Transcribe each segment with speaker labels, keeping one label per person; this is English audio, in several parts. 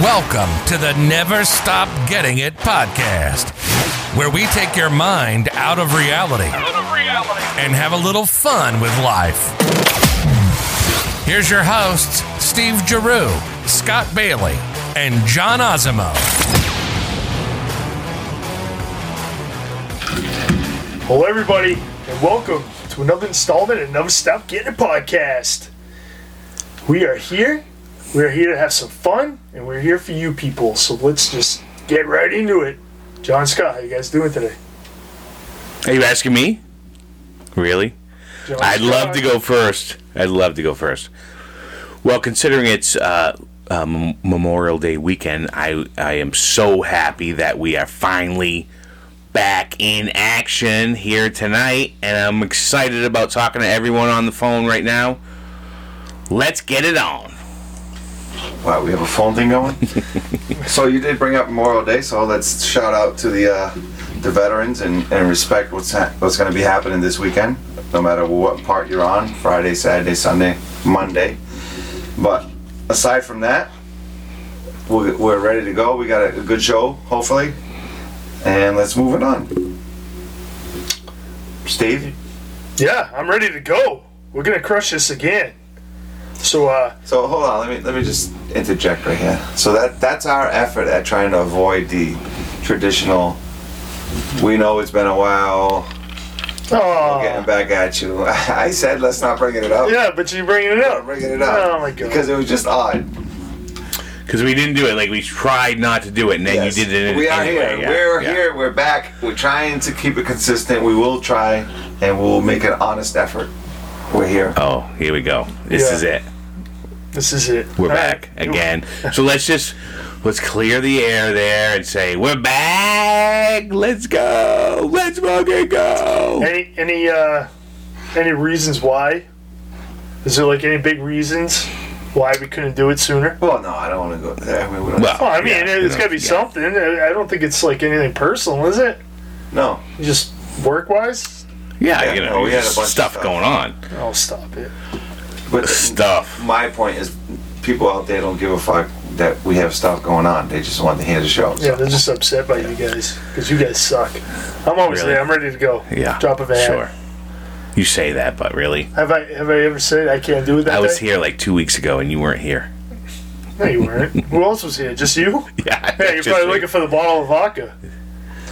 Speaker 1: Welcome to the Never Stop Getting It podcast, where we take your mind out of reality, and have a little fun with life. Here's your hosts, Steve Giroux, Scott Bailey, and John Osimo.
Speaker 2: Hello, everybody, and welcome to another installment of Never Stop Getting a Podcast. We are here. We're here to have some fun, and we're here for you people. So let's just get right into it. John Scott, how you guys doing today?
Speaker 3: Are you asking me? Really?
Speaker 2: John
Speaker 4: Oh,
Speaker 3: I'd love
Speaker 2: Scott,
Speaker 3: to go first. I'd love to go first. Well, considering it's uh, uh, Mem- Memorial Day weekend, I I am so happy that we are finally back in action here tonight, and I'm excited about talking to everyone on the phone right now. Let's get it on.
Speaker 4: Wow, we have a phone thing going. so you did bring up Memorial Day, so let's shout out to the uh, the veterans and, and respect what's ha- what's going to be happening this weekend, no matter what part you're on, Friday, Saturday, Sunday, Monday. But aside from that, we're, we're ready to go. We got a, a good show, hopefully, and let's move it on. Steve,
Speaker 2: Yeah, I'm ready to go. We're gonna crush this again. So, uh,
Speaker 4: So hold on, let me let me just interject right here. So that that's our effort at trying to avoid the traditional. We know it's been a while. Getting
Speaker 2: oh,
Speaker 4: back at you. I said let's not bring it up.
Speaker 2: yeah, but you're bringing it up.
Speaker 4: Bringing it up.
Speaker 2: Oh my god.
Speaker 4: Because it was just odd.
Speaker 3: Because we didn't do it like we tried not to do it, and then
Speaker 4: Yes.
Speaker 3: you did it.
Speaker 4: We are
Speaker 3: anyway.
Speaker 4: here.
Speaker 3: Yeah,
Speaker 4: We're
Speaker 3: yeah.
Speaker 4: here. We're back. We're trying to keep it consistent. We will try, and we'll make an honest effort. We're here.
Speaker 3: Oh, here we go. This
Speaker 2: Yeah.
Speaker 3: is it.
Speaker 2: this is it.
Speaker 3: We're
Speaker 2: All
Speaker 3: back
Speaker 2: right.
Speaker 3: again. So let's just let's clear the air there and say we're back. Let's go. Let's fucking go.
Speaker 2: Any any uh any reasons why? Is there like any big reasons why we couldn't do it sooner?
Speaker 4: Well, no, I don't want to go there. I mean, we don't.
Speaker 3: Well,
Speaker 2: Well, I mean,
Speaker 3: Yeah,
Speaker 2: it,
Speaker 3: you
Speaker 2: has
Speaker 3: know,
Speaker 2: got to be
Speaker 3: yeah.
Speaker 2: something. I I don't think it's like anything personal, is it?
Speaker 4: no.
Speaker 2: Just work wise.
Speaker 3: Yeah,
Speaker 4: Yeah,
Speaker 3: you know,
Speaker 4: no, we had a
Speaker 3: just
Speaker 4: bunch of
Speaker 3: stuff,
Speaker 4: stuff.
Speaker 3: going on.
Speaker 2: Oh, stop it.
Speaker 4: But
Speaker 3: Stuff.
Speaker 4: my point is people out there don't give a fuck that we have stuff going on. They just want to hear the show.
Speaker 2: Yeah, they're just upset by you guys because you guys suck. I'm always
Speaker 3: Really?
Speaker 2: there. I'm ready to go.
Speaker 3: Yeah.
Speaker 2: Drop of a hat.
Speaker 3: Sure. You say that, but really,
Speaker 2: Have I have I ever said I can't do it? That
Speaker 3: I was
Speaker 2: day?
Speaker 3: here like two weeks ago, and you weren't here.
Speaker 2: No, you weren't. Who else was here? Just you?
Speaker 3: Yeah.
Speaker 2: Yeah, you're
Speaker 3: just
Speaker 2: probably
Speaker 3: me.
Speaker 2: looking for the bottle of vodka.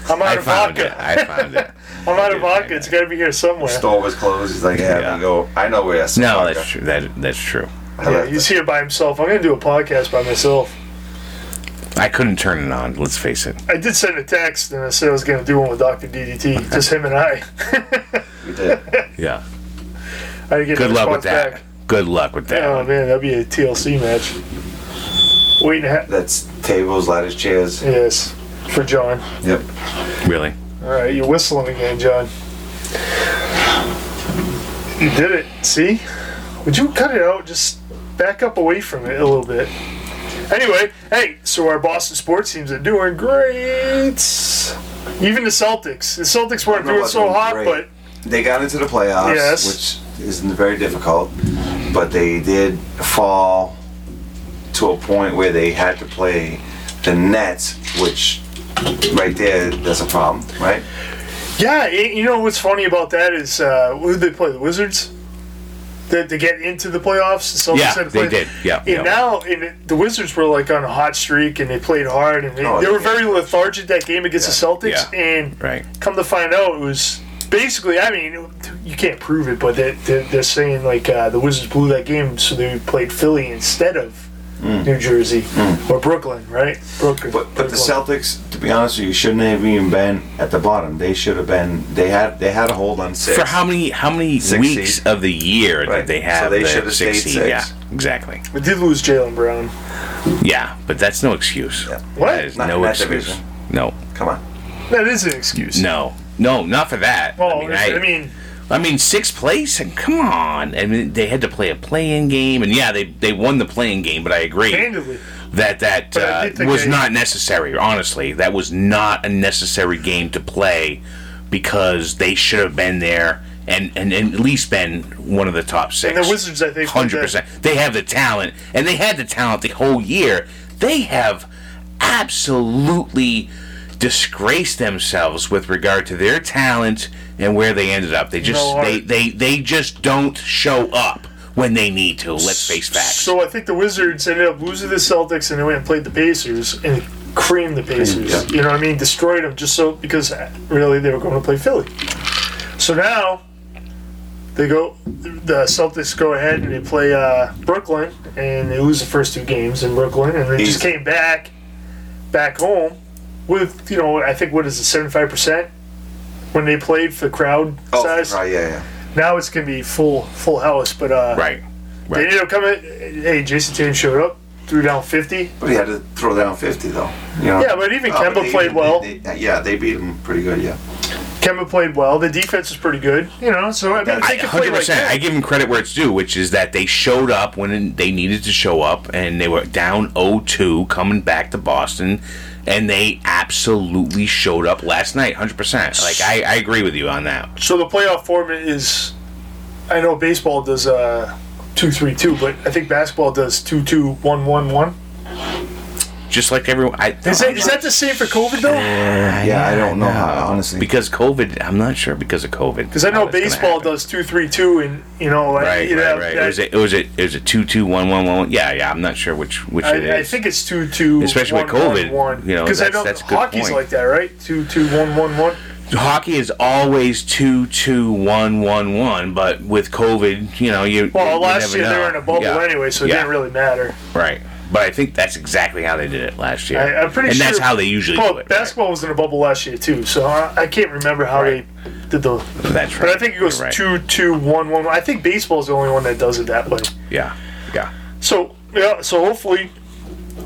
Speaker 2: I'm out
Speaker 3: I
Speaker 2: of
Speaker 3: found
Speaker 2: vodka.
Speaker 3: it. I found it.
Speaker 2: I'm out
Speaker 3: did
Speaker 2: of
Speaker 3: find
Speaker 2: vodka. It's got to be here somewhere.
Speaker 4: Store was closed. He's like, yeah,
Speaker 3: Yeah.
Speaker 4: we go. I know where.
Speaker 3: No, that's true. That that's true.
Speaker 2: Yeah, he's here by himself. I'm gonna do a podcast by myself.
Speaker 3: I couldn't turn it on. Let's face it.
Speaker 2: I did send a text and I said I was gonna do one with Doctor DDT, just him and I.
Speaker 4: We did.
Speaker 3: Yeah.
Speaker 2: I didn't get
Speaker 3: Good
Speaker 2: a
Speaker 3: luck
Speaker 2: response
Speaker 3: with that.
Speaker 2: back.
Speaker 3: Good luck with that.
Speaker 2: Oh man, that'd be a TLC match. Wait and a half.
Speaker 4: That's tables, ladders, chairs.
Speaker 2: Yes, for John.
Speaker 4: Yep.
Speaker 3: Really.
Speaker 2: All right, you're whistling again, John. You did it. See? Would you cut it out? Just back up away from it a little bit. Anyway, hey, so our Boston sports teams are doing great. Even the Celtics. The Celtics weren't
Speaker 4: I don't know
Speaker 2: doing
Speaker 4: about
Speaker 2: so
Speaker 4: doing
Speaker 2: hot,
Speaker 4: great.
Speaker 2: but
Speaker 4: They got into the playoffs,
Speaker 2: Yes.
Speaker 4: which isn't very difficult, but they did fall to a point where they had to play the Nets, which right there, that's a problem, right?
Speaker 2: Yeah, y- you know what's funny about that is uh, who did they play? The Wizards. That they get into the playoffs. So
Speaker 3: Yeah,
Speaker 2: said to
Speaker 3: they
Speaker 2: play-
Speaker 3: did. Yeah,
Speaker 2: and
Speaker 3: yeah.
Speaker 2: now and it- the Wizards were like on a hot streak and they played hard and they,
Speaker 4: Oh,
Speaker 2: they
Speaker 4: they
Speaker 2: were
Speaker 4: did.
Speaker 2: very lethargic that game against the Celtics.
Speaker 3: Yeah.
Speaker 2: And
Speaker 3: Right.
Speaker 2: come to find out, it was basically. I mean, you can't prove it, but they're, they're, they're saying like uh, the Wizards blew that game, so they played Philly instead of. New Jersey or Brooklyn, right? Brooklyn.
Speaker 4: Hmm. But but the
Speaker 2: Brooklyn.
Speaker 4: Celtics, to be honest with you, shouldn't have even been at the bottom. They should have been. They had they had a hold on six.
Speaker 3: For how many how many
Speaker 4: Six
Speaker 3: weeks
Speaker 4: seed.
Speaker 3: of the year
Speaker 4: Right.
Speaker 3: did they
Speaker 4: So
Speaker 3: have?
Speaker 4: they
Speaker 3: the
Speaker 4: should've
Speaker 3: six
Speaker 4: stayed
Speaker 3: seed? Yeah,
Speaker 4: six.
Speaker 3: exactly.
Speaker 2: we did lose Jalen Brown.
Speaker 3: Yeah, but that's no excuse.
Speaker 2: What?
Speaker 3: That is
Speaker 4: Not in
Speaker 3: no
Speaker 4: that
Speaker 3: excuse.
Speaker 4: division.
Speaker 3: No,
Speaker 4: Come on.
Speaker 2: That is an excuse.
Speaker 3: no, no, not for that.
Speaker 2: Well,
Speaker 3: I mean, I, I mean, sixth place. And come on, I mean, they had to play a play-in game, and yeah, they they won the play-in game. But I agree
Speaker 2: handedly.
Speaker 3: that that
Speaker 2: But I
Speaker 3: uh,
Speaker 2: did think
Speaker 3: was
Speaker 2: they-
Speaker 3: not necessary. Honestly, that was not a necessary game to play because they should have been there and, and, and at least been one of the top six.
Speaker 2: And the Wizards, I think,
Speaker 3: hundred
Speaker 2: did
Speaker 3: percent. They have the talent, and they had the talent the whole year. they have absolutely disgraced themselves with regard to their talent and where they ended up. They just
Speaker 2: know,
Speaker 3: they,
Speaker 2: Art-
Speaker 3: they they just don't show up when they need to. Let's face facts.
Speaker 2: So I think the Wizards ended up losing to the Celtics and they went and played the Pacers and creamed the Pacers.
Speaker 4: Yeah.
Speaker 2: You know what I mean? Destroyed them just so because uh, really they were going to play Philly. So now they go. The Celtics go ahead and they play uh, Brooklyn and they lose the first two games in Brooklyn and they just
Speaker 4: Easy.
Speaker 2: came back back home with you know I think what is it seventy five percent when they played for crowd
Speaker 4: Oh,
Speaker 2: size.
Speaker 4: right, yeah, yeah.
Speaker 2: Now it's gonna be full full house, but uh,
Speaker 3: right.
Speaker 2: they ended up coming. Hey, Jason Tatum showed up, threw down 50.
Speaker 4: But he had to throw down 50, though. You know?
Speaker 2: Yeah, but even
Speaker 4: Oh,
Speaker 2: Kemba
Speaker 4: but they-
Speaker 2: played well.
Speaker 4: they- they- yeah, they beat him pretty good, yeah.
Speaker 2: Kemba played well. The defense was pretty good, you know. So I mean, if
Speaker 3: I,
Speaker 2: they could play
Speaker 3: 100%.
Speaker 2: like that.
Speaker 3: I give them credit where it's due, which is that they showed up when they needed to show up, and they were down 0-2 coming back to Boston, and they absolutely showed up last night, 100%. Like, I, I agree with you on that.
Speaker 2: So the playoff format is, I know baseball does uh two three two, but I think basketball does two two one one one.
Speaker 3: Just like everyone... I,
Speaker 2: Is that is that the same for COVID though?
Speaker 4: Yeah, I don't know how, honestly.
Speaker 3: Because COVID... I'm not sure because of COVID.
Speaker 2: Because I know baseball does two three two, and you know, I-
Speaker 3: Right,
Speaker 2: you
Speaker 3: right,
Speaker 2: know,
Speaker 3: right.
Speaker 2: that-
Speaker 3: it was a, it was a, it was a two two one one one. Yeah, yeah. I'm not sure which which it is.
Speaker 2: I, I think it's two two.
Speaker 3: Especially with COVID, you know,
Speaker 2: because I
Speaker 3: that's-
Speaker 2: know
Speaker 3: that's a good
Speaker 2: hockey's
Speaker 3: point.
Speaker 2: like that, right? Two two one one one.
Speaker 3: hockey is always two two one one one, but with COVID, you know, you
Speaker 2: Well,
Speaker 3: you
Speaker 2: last
Speaker 3: never
Speaker 2: year they
Speaker 3: know.
Speaker 2: were in a bubble
Speaker 3: Yeah.
Speaker 2: anyway, so it
Speaker 3: Yeah.
Speaker 2: didn't really matter.
Speaker 3: right. But I think that's exactly how they did it last year.
Speaker 2: I, I'm pretty
Speaker 3: and
Speaker 2: sure.
Speaker 3: that's how they usually
Speaker 2: well,
Speaker 3: do it.
Speaker 2: basketball was in a bubble last year too, so I, I can't remember how
Speaker 3: Right.
Speaker 2: they did the.
Speaker 3: right? That's right.
Speaker 2: But I think it goes
Speaker 3: You're right.
Speaker 2: two, two, one, one. I think baseball's the only one that does it that way.
Speaker 3: Yeah, yeah.
Speaker 2: So yeah, so hopefully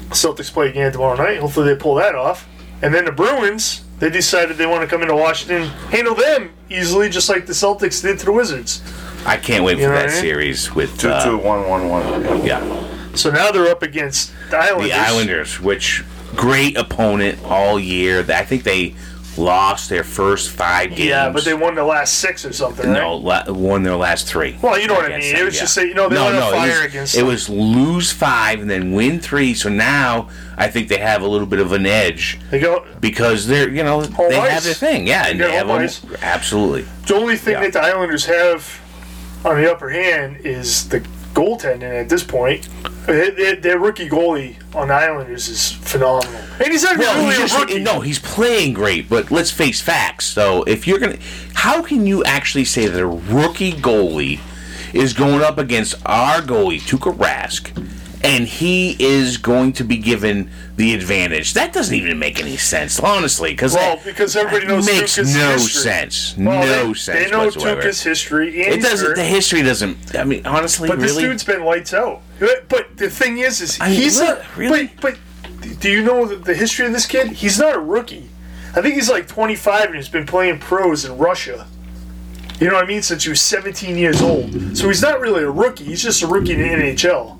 Speaker 2: Celtics play again tomorrow night. Hopefully they pull that off, and then the Bruins. They decided they want to come into Washington, handle them easily, just like the Celtics did to the Wizards.
Speaker 3: I can't wait for
Speaker 2: You know
Speaker 3: that
Speaker 2: what I mean?
Speaker 3: series with
Speaker 4: 2
Speaker 3: uh,
Speaker 4: 2 1 1 1.
Speaker 3: yeah
Speaker 2: So now they're up against the Islanders.
Speaker 3: the Islanders, which great opponent all year. I think they lost their first five games.
Speaker 2: Yeah, but they won the last six or something. right?
Speaker 3: No, la- won their last three.
Speaker 2: Well, you know what I
Speaker 3: against
Speaker 2: mean. It
Speaker 3: them,
Speaker 2: was just that, you know, they let a
Speaker 3: it
Speaker 2: fire
Speaker 3: was-
Speaker 2: against
Speaker 3: It
Speaker 2: them.
Speaker 3: was lose five and then win three. So now I think they have a little bit of an edge
Speaker 2: They go.
Speaker 3: because they're you know they
Speaker 2: ice.
Speaker 3: have their thing. Yeah, and
Speaker 2: Yeah,
Speaker 3: they have
Speaker 2: home
Speaker 3: a-
Speaker 2: ice.
Speaker 3: absolutely.
Speaker 2: The only thing
Speaker 3: Yeah.
Speaker 2: that the Islanders have on the upper hand is the goaltending at this point. Their- Their their rookie goalie on the Islanders is phenomenal, and he's not
Speaker 3: Well,
Speaker 2: really
Speaker 3: he's
Speaker 2: a
Speaker 3: just-
Speaker 2: rookie.
Speaker 3: no, he's playing great, but let's face facts. So if you're gonna, how can you actually say that a rookie goalie is going up against our goalie Tuukka Rask, and he is going to be given the advantage? That doesn't even make any sense, honestly. Because
Speaker 2: Well, because everybody knows
Speaker 3: makes
Speaker 2: Tuukka's
Speaker 3: no
Speaker 2: history.
Speaker 3: sense.
Speaker 2: Well,
Speaker 3: no
Speaker 2: they,
Speaker 3: sense
Speaker 2: They know
Speaker 3: whatsoever.
Speaker 2: Tuca's history. And
Speaker 3: it
Speaker 2: he's
Speaker 3: doesn't.
Speaker 2: hurt,
Speaker 3: The history doesn't. I mean, honestly,
Speaker 2: but this
Speaker 3: really.
Speaker 2: dude's been lights out. But- But the thing is, is
Speaker 3: mean,
Speaker 2: he's
Speaker 3: look,
Speaker 2: not
Speaker 3: really?
Speaker 2: But, but do you know the, the history of this kid? He's not a rookie. I think he's like 25 and he's been playing pros in Russia. You know what I mean? Since he was 17 years old. So he's not really a rookie. He's just a rookie in the NHL.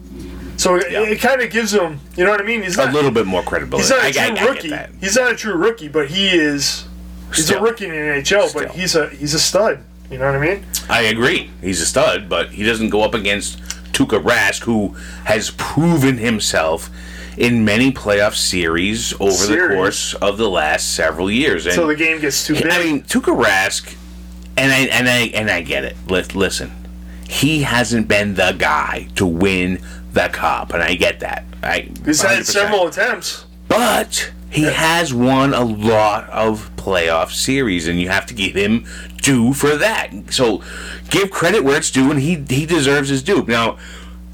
Speaker 2: So it,
Speaker 3: Yeah.
Speaker 2: it kind of gives him, you know what I mean? He's
Speaker 3: a
Speaker 2: not,
Speaker 3: little bit more credibility.
Speaker 2: he's not a
Speaker 3: I- I-
Speaker 2: true
Speaker 3: I get
Speaker 2: rookie.
Speaker 3: that.
Speaker 2: He's not a true rookie, but he is. He's
Speaker 3: Still.
Speaker 2: a rookie in the NHL,
Speaker 3: Still.
Speaker 2: but he's a he's a stud. You know what I mean?
Speaker 3: I agree. He's a stud, but he doesn't go up against Tuka Rask, who has proven himself in many playoff series over the
Speaker 2: Series.
Speaker 3: course of the last several years. And
Speaker 2: So the game gets too big.
Speaker 3: I mean, Tuka Rask, and I and I and I get it. Li- Listen, he hasn't been the guy to win the cup, and I get that. I
Speaker 2: he's had
Speaker 3: 100%.
Speaker 2: several attempts.
Speaker 3: But he has won a lot of playoff series, and you have to give him due for that. So give credit where it's due, and he he deserves his due. Now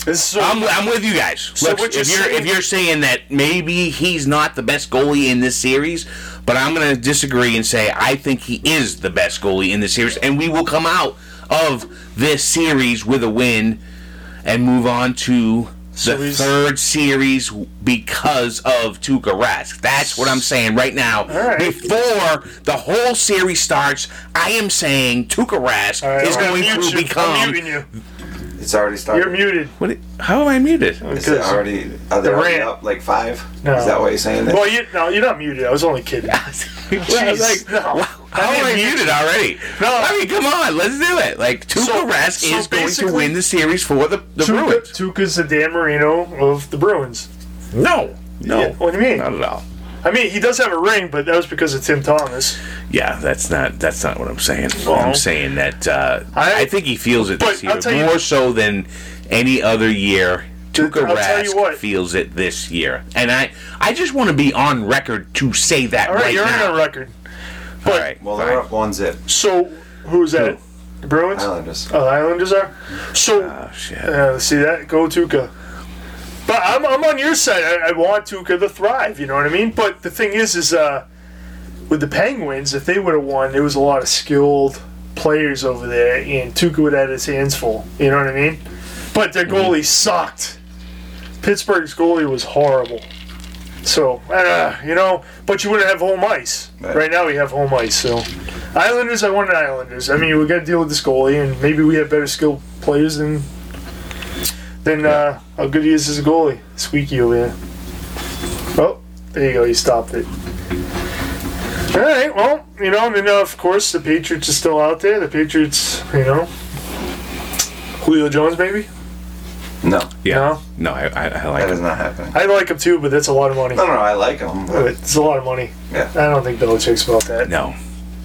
Speaker 2: This is so,
Speaker 3: I'm, I'm with you guys.
Speaker 2: So
Speaker 3: Look,
Speaker 2: what you're
Speaker 3: if you're
Speaker 2: saying-
Speaker 3: if you're saying that maybe he's not the best goalie in this series, but I'm going to disagree and say I think he is the best goalie in this series, and we will come out of this series with a win and move on to
Speaker 2: So
Speaker 3: the
Speaker 2: he's-
Speaker 3: third series because of Tuukka Rask. That's what I'm saying right now.
Speaker 2: right.
Speaker 3: Before the whole series starts, I am saying Tuukka Rask
Speaker 2: All right,
Speaker 3: is
Speaker 2: I'm
Speaker 3: going
Speaker 2: gonna mute
Speaker 3: to
Speaker 2: you. I'm
Speaker 3: become.
Speaker 2: muting you.
Speaker 4: It's already started.
Speaker 2: You're muted.
Speaker 3: What? How am I muted?
Speaker 4: Is it already, are they
Speaker 2: The
Speaker 4: already
Speaker 2: rant.
Speaker 4: up like five?
Speaker 2: No.
Speaker 4: Is that why you're saying that?
Speaker 2: Well, you, no, you're not muted. I was only kidding.
Speaker 3: Well, I was
Speaker 2: Jeez,
Speaker 3: like,
Speaker 2: no.
Speaker 3: wow, how
Speaker 2: I
Speaker 3: am I
Speaker 2: didn't mute
Speaker 3: muted already?
Speaker 2: No.
Speaker 3: I mean, come on, let's do it. Like, Tuukka
Speaker 2: So-
Speaker 3: Rask
Speaker 2: so
Speaker 3: is going to
Speaker 2: basically-
Speaker 3: win the series for the, the
Speaker 2: Tuca,
Speaker 3: Bruins.
Speaker 2: Tuca's the Dan Marino of the Bruins.
Speaker 3: No. No.
Speaker 2: Yeah, what do you mean?
Speaker 3: Not at all.
Speaker 2: I mean, he does have a ring, but that was because of Tim Thomas.
Speaker 3: Yeah, that's not that's not what I'm saying. I'm saying that uh, I,
Speaker 2: I-
Speaker 3: think he feels it this
Speaker 2: But I'll
Speaker 3: year
Speaker 2: tell you-
Speaker 3: more so than any other year. Tuka
Speaker 2: I'll tell you
Speaker 3: Rask
Speaker 2: what.
Speaker 3: feels it this year, and I I just want to be on record to say that
Speaker 2: All right,
Speaker 3: right
Speaker 2: you're
Speaker 3: now.
Speaker 2: on a record.
Speaker 3: All
Speaker 2: But
Speaker 3: right,
Speaker 4: Well,
Speaker 3: fine.
Speaker 4: they're up one zip.
Speaker 2: so, who's that? The Bruins.
Speaker 4: Islanders.
Speaker 2: Oh, the Islanders are. So,
Speaker 3: Oh, shit.
Speaker 2: uh, see that go Tuca. But I'm, I'm on your side. I, I want Tuca to thrive. You know what I mean. But the thing is, is uh, with the Penguins, if they would have won, there was a lot of skilled players over there, and Tuca would have had his hands full. You know what I mean. But their goalie sucked. Pittsburgh's goalie was horrible. So I don't know, you know. But you wouldn't have home ice.
Speaker 4: Right.
Speaker 2: Right now, we have home ice. So. Islanders, I wanted Islanders. I mean, we got to deal with this goalie, and maybe we have better skilled players than than uh, how good he is as a goalie. Squeaky over there. Oh, there you go. You stopped it. All right. Well, you know, I mean, uh, of course, the Patriots are still out there. The Patriots, you know, Julio Jones, maybe.
Speaker 4: No,
Speaker 3: yeah,
Speaker 2: No.
Speaker 3: no, I, I, I like
Speaker 4: that
Speaker 3: it.
Speaker 4: is not happening.
Speaker 2: I like him too, but that's a lot of money.
Speaker 4: No, no, I like them. But
Speaker 2: It's a lot of money.
Speaker 4: yeah.
Speaker 2: I don't think Belichick's about that.
Speaker 3: No,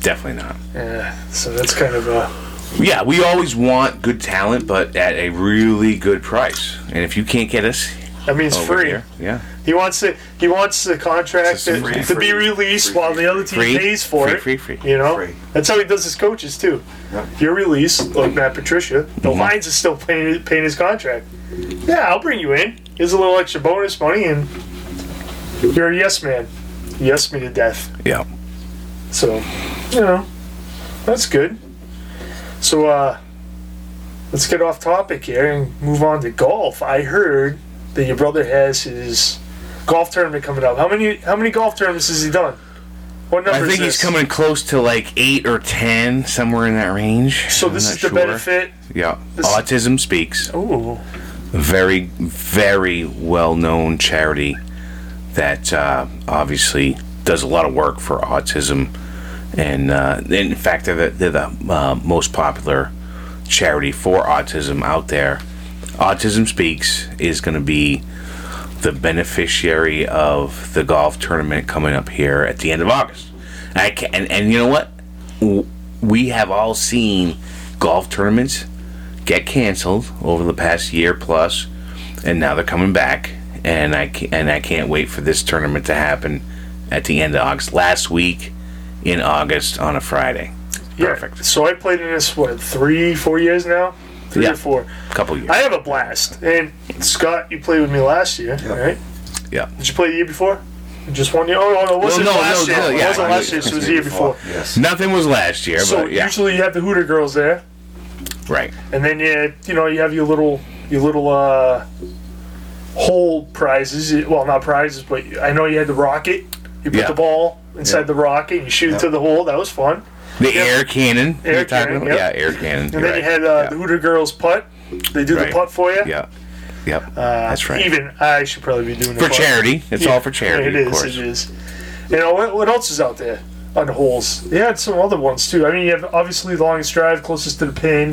Speaker 3: definitely not.
Speaker 2: Yeah. So that's kind of uh,
Speaker 3: Yeah, we always want good talent, but at a really good price. And if you can't get us
Speaker 2: that means
Speaker 3: Oh, over
Speaker 2: free.
Speaker 3: here, yeah,
Speaker 2: He wants it. He wants the contract
Speaker 4: It's a
Speaker 2: to,
Speaker 4: free-
Speaker 2: to be
Speaker 4: free-
Speaker 2: released
Speaker 4: free-
Speaker 2: while the other team
Speaker 3: free,
Speaker 2: pays for
Speaker 3: free,
Speaker 2: it.
Speaker 3: free, free.
Speaker 2: You know,
Speaker 4: Free.
Speaker 2: that's how he does his coaches too.
Speaker 4: Yep.
Speaker 2: You're released, like Matt Patricia. The Lions is still paying, paying his contract. Yeah, I'll bring you in. Here's a little extra bonus money, and you're a yes man. Yes me to death.
Speaker 3: yeah.
Speaker 2: So, you know, that's good. So, uh, let's get off topic here and move on to golf. I heard that your brother has his golf tournament coming up. How many how many golf tournaments has he done? What number?
Speaker 3: I
Speaker 2: is
Speaker 3: think he's
Speaker 2: this?
Speaker 3: coming close to like eight or ten, somewhere in that range.
Speaker 2: So
Speaker 3: I'm
Speaker 2: this
Speaker 3: not
Speaker 2: is the
Speaker 3: sure.
Speaker 2: benefit.
Speaker 3: Yeah,
Speaker 2: This-
Speaker 3: Autism Speaks,
Speaker 2: Ooh,
Speaker 3: a very, very well-known charity that uh, obviously does a lot of work for autism, and uh, in fact, they're the, they're the uh, most popular charity for autism out there. Autism Speaks is going to be the beneficiary of the golf tournament coming up here at the end of August. I can, and, and you know what? W- We have all seen golf tournaments get canceled over the past year plus, and now they're coming back. And I can, and I can't wait for this tournament to happen at the end of August. Last week in August on a Friday.
Speaker 2: yeah.
Speaker 3: Perfect.
Speaker 2: So I played in this what three four years now, three
Speaker 3: Yeah.
Speaker 2: or four.
Speaker 3: Couple years.
Speaker 2: I have a blast. And Scott, you played with me last year, right?
Speaker 3: yeah.
Speaker 2: Did you play the year before? Just one year? Oh, no, no, it wasn't
Speaker 3: no,
Speaker 2: last
Speaker 3: no,
Speaker 2: year.
Speaker 3: no,
Speaker 2: it
Speaker 3: yeah,
Speaker 2: wasn't
Speaker 3: I
Speaker 2: last
Speaker 3: know.
Speaker 2: year, so it was the year before.
Speaker 4: Yes.
Speaker 3: Nothing was last year,
Speaker 2: So
Speaker 3: but yeah.
Speaker 2: usually you have the Hooter girls there,
Speaker 3: right.
Speaker 2: and then you you know you have your little your little uh hole prizes. Well, not prizes, but I know you had the rocket. You put
Speaker 3: Yeah.
Speaker 2: the ball inside
Speaker 4: Yeah.
Speaker 2: the rocket. You shoot it to the hole. That was fun.
Speaker 3: The air cannon.
Speaker 2: Air
Speaker 3: you're talking
Speaker 2: cannon,
Speaker 3: about?
Speaker 2: yep.
Speaker 3: Yeah, air cannon.
Speaker 2: And then you had uh, the Hooter girls putt. They do the
Speaker 3: Right.
Speaker 2: putt for you.
Speaker 3: Yeah. Yep. That's right.
Speaker 2: Even I should probably be doing the
Speaker 3: for
Speaker 2: putt.
Speaker 3: charity. It's
Speaker 2: Yeah,
Speaker 3: all for charity,
Speaker 2: It is.
Speaker 3: of course.
Speaker 2: It is. You know what? What else is out there on the holes? They had some other ones too. I mean, you have obviously the longest drive, closest to the pin.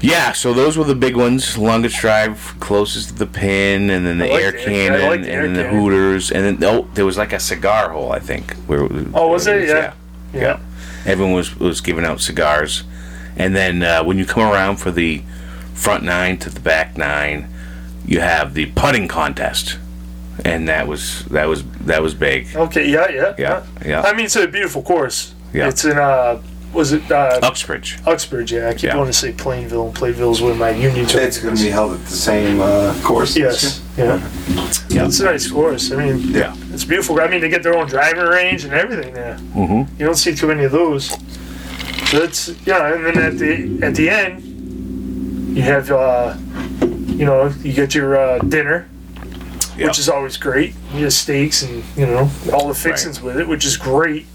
Speaker 3: Yeah, so those were the big ones. Longest drive, closest to the pin, and then the
Speaker 2: I like
Speaker 3: air
Speaker 2: the air- I
Speaker 3: cannon,
Speaker 2: like the air
Speaker 3: and then the
Speaker 2: cannon.
Speaker 3: hooters, and then oh, there was like a cigar hole, I think. Where
Speaker 2: Oh, was
Speaker 3: where
Speaker 2: it? Yeah.
Speaker 3: yeah. Everyone was was giving out cigars, and then uh, when you come around for the front nine to the back nine, you have the putting contest, and that was that was that was big.
Speaker 2: Okay. Yeah. Yeah.
Speaker 3: Yeah, yeah.
Speaker 2: I mean, it's a beautiful course.
Speaker 3: Yeah.
Speaker 2: It's in uh, was it uh,
Speaker 3: Uxbridge.
Speaker 2: Uxbridge? Yeah. I keep
Speaker 3: Yeah.
Speaker 2: wanting to say Plainville, and Plainville's where my union. took-
Speaker 4: It's going to be held at the same uh, course.
Speaker 2: Yes. Yeah.
Speaker 3: Yeah.
Speaker 2: It's a nice course. I mean,
Speaker 3: Yeah.
Speaker 2: it's beautiful. I mean, they get their own driving range and everything there. Mm-hmm. You don't see too many of those. So that's yeah, and then at the at the end, you have uh, you know you get your uh, dinner,
Speaker 3: Yeah.
Speaker 2: which is always great. You have steaks and you know all the fixings with it, which is great.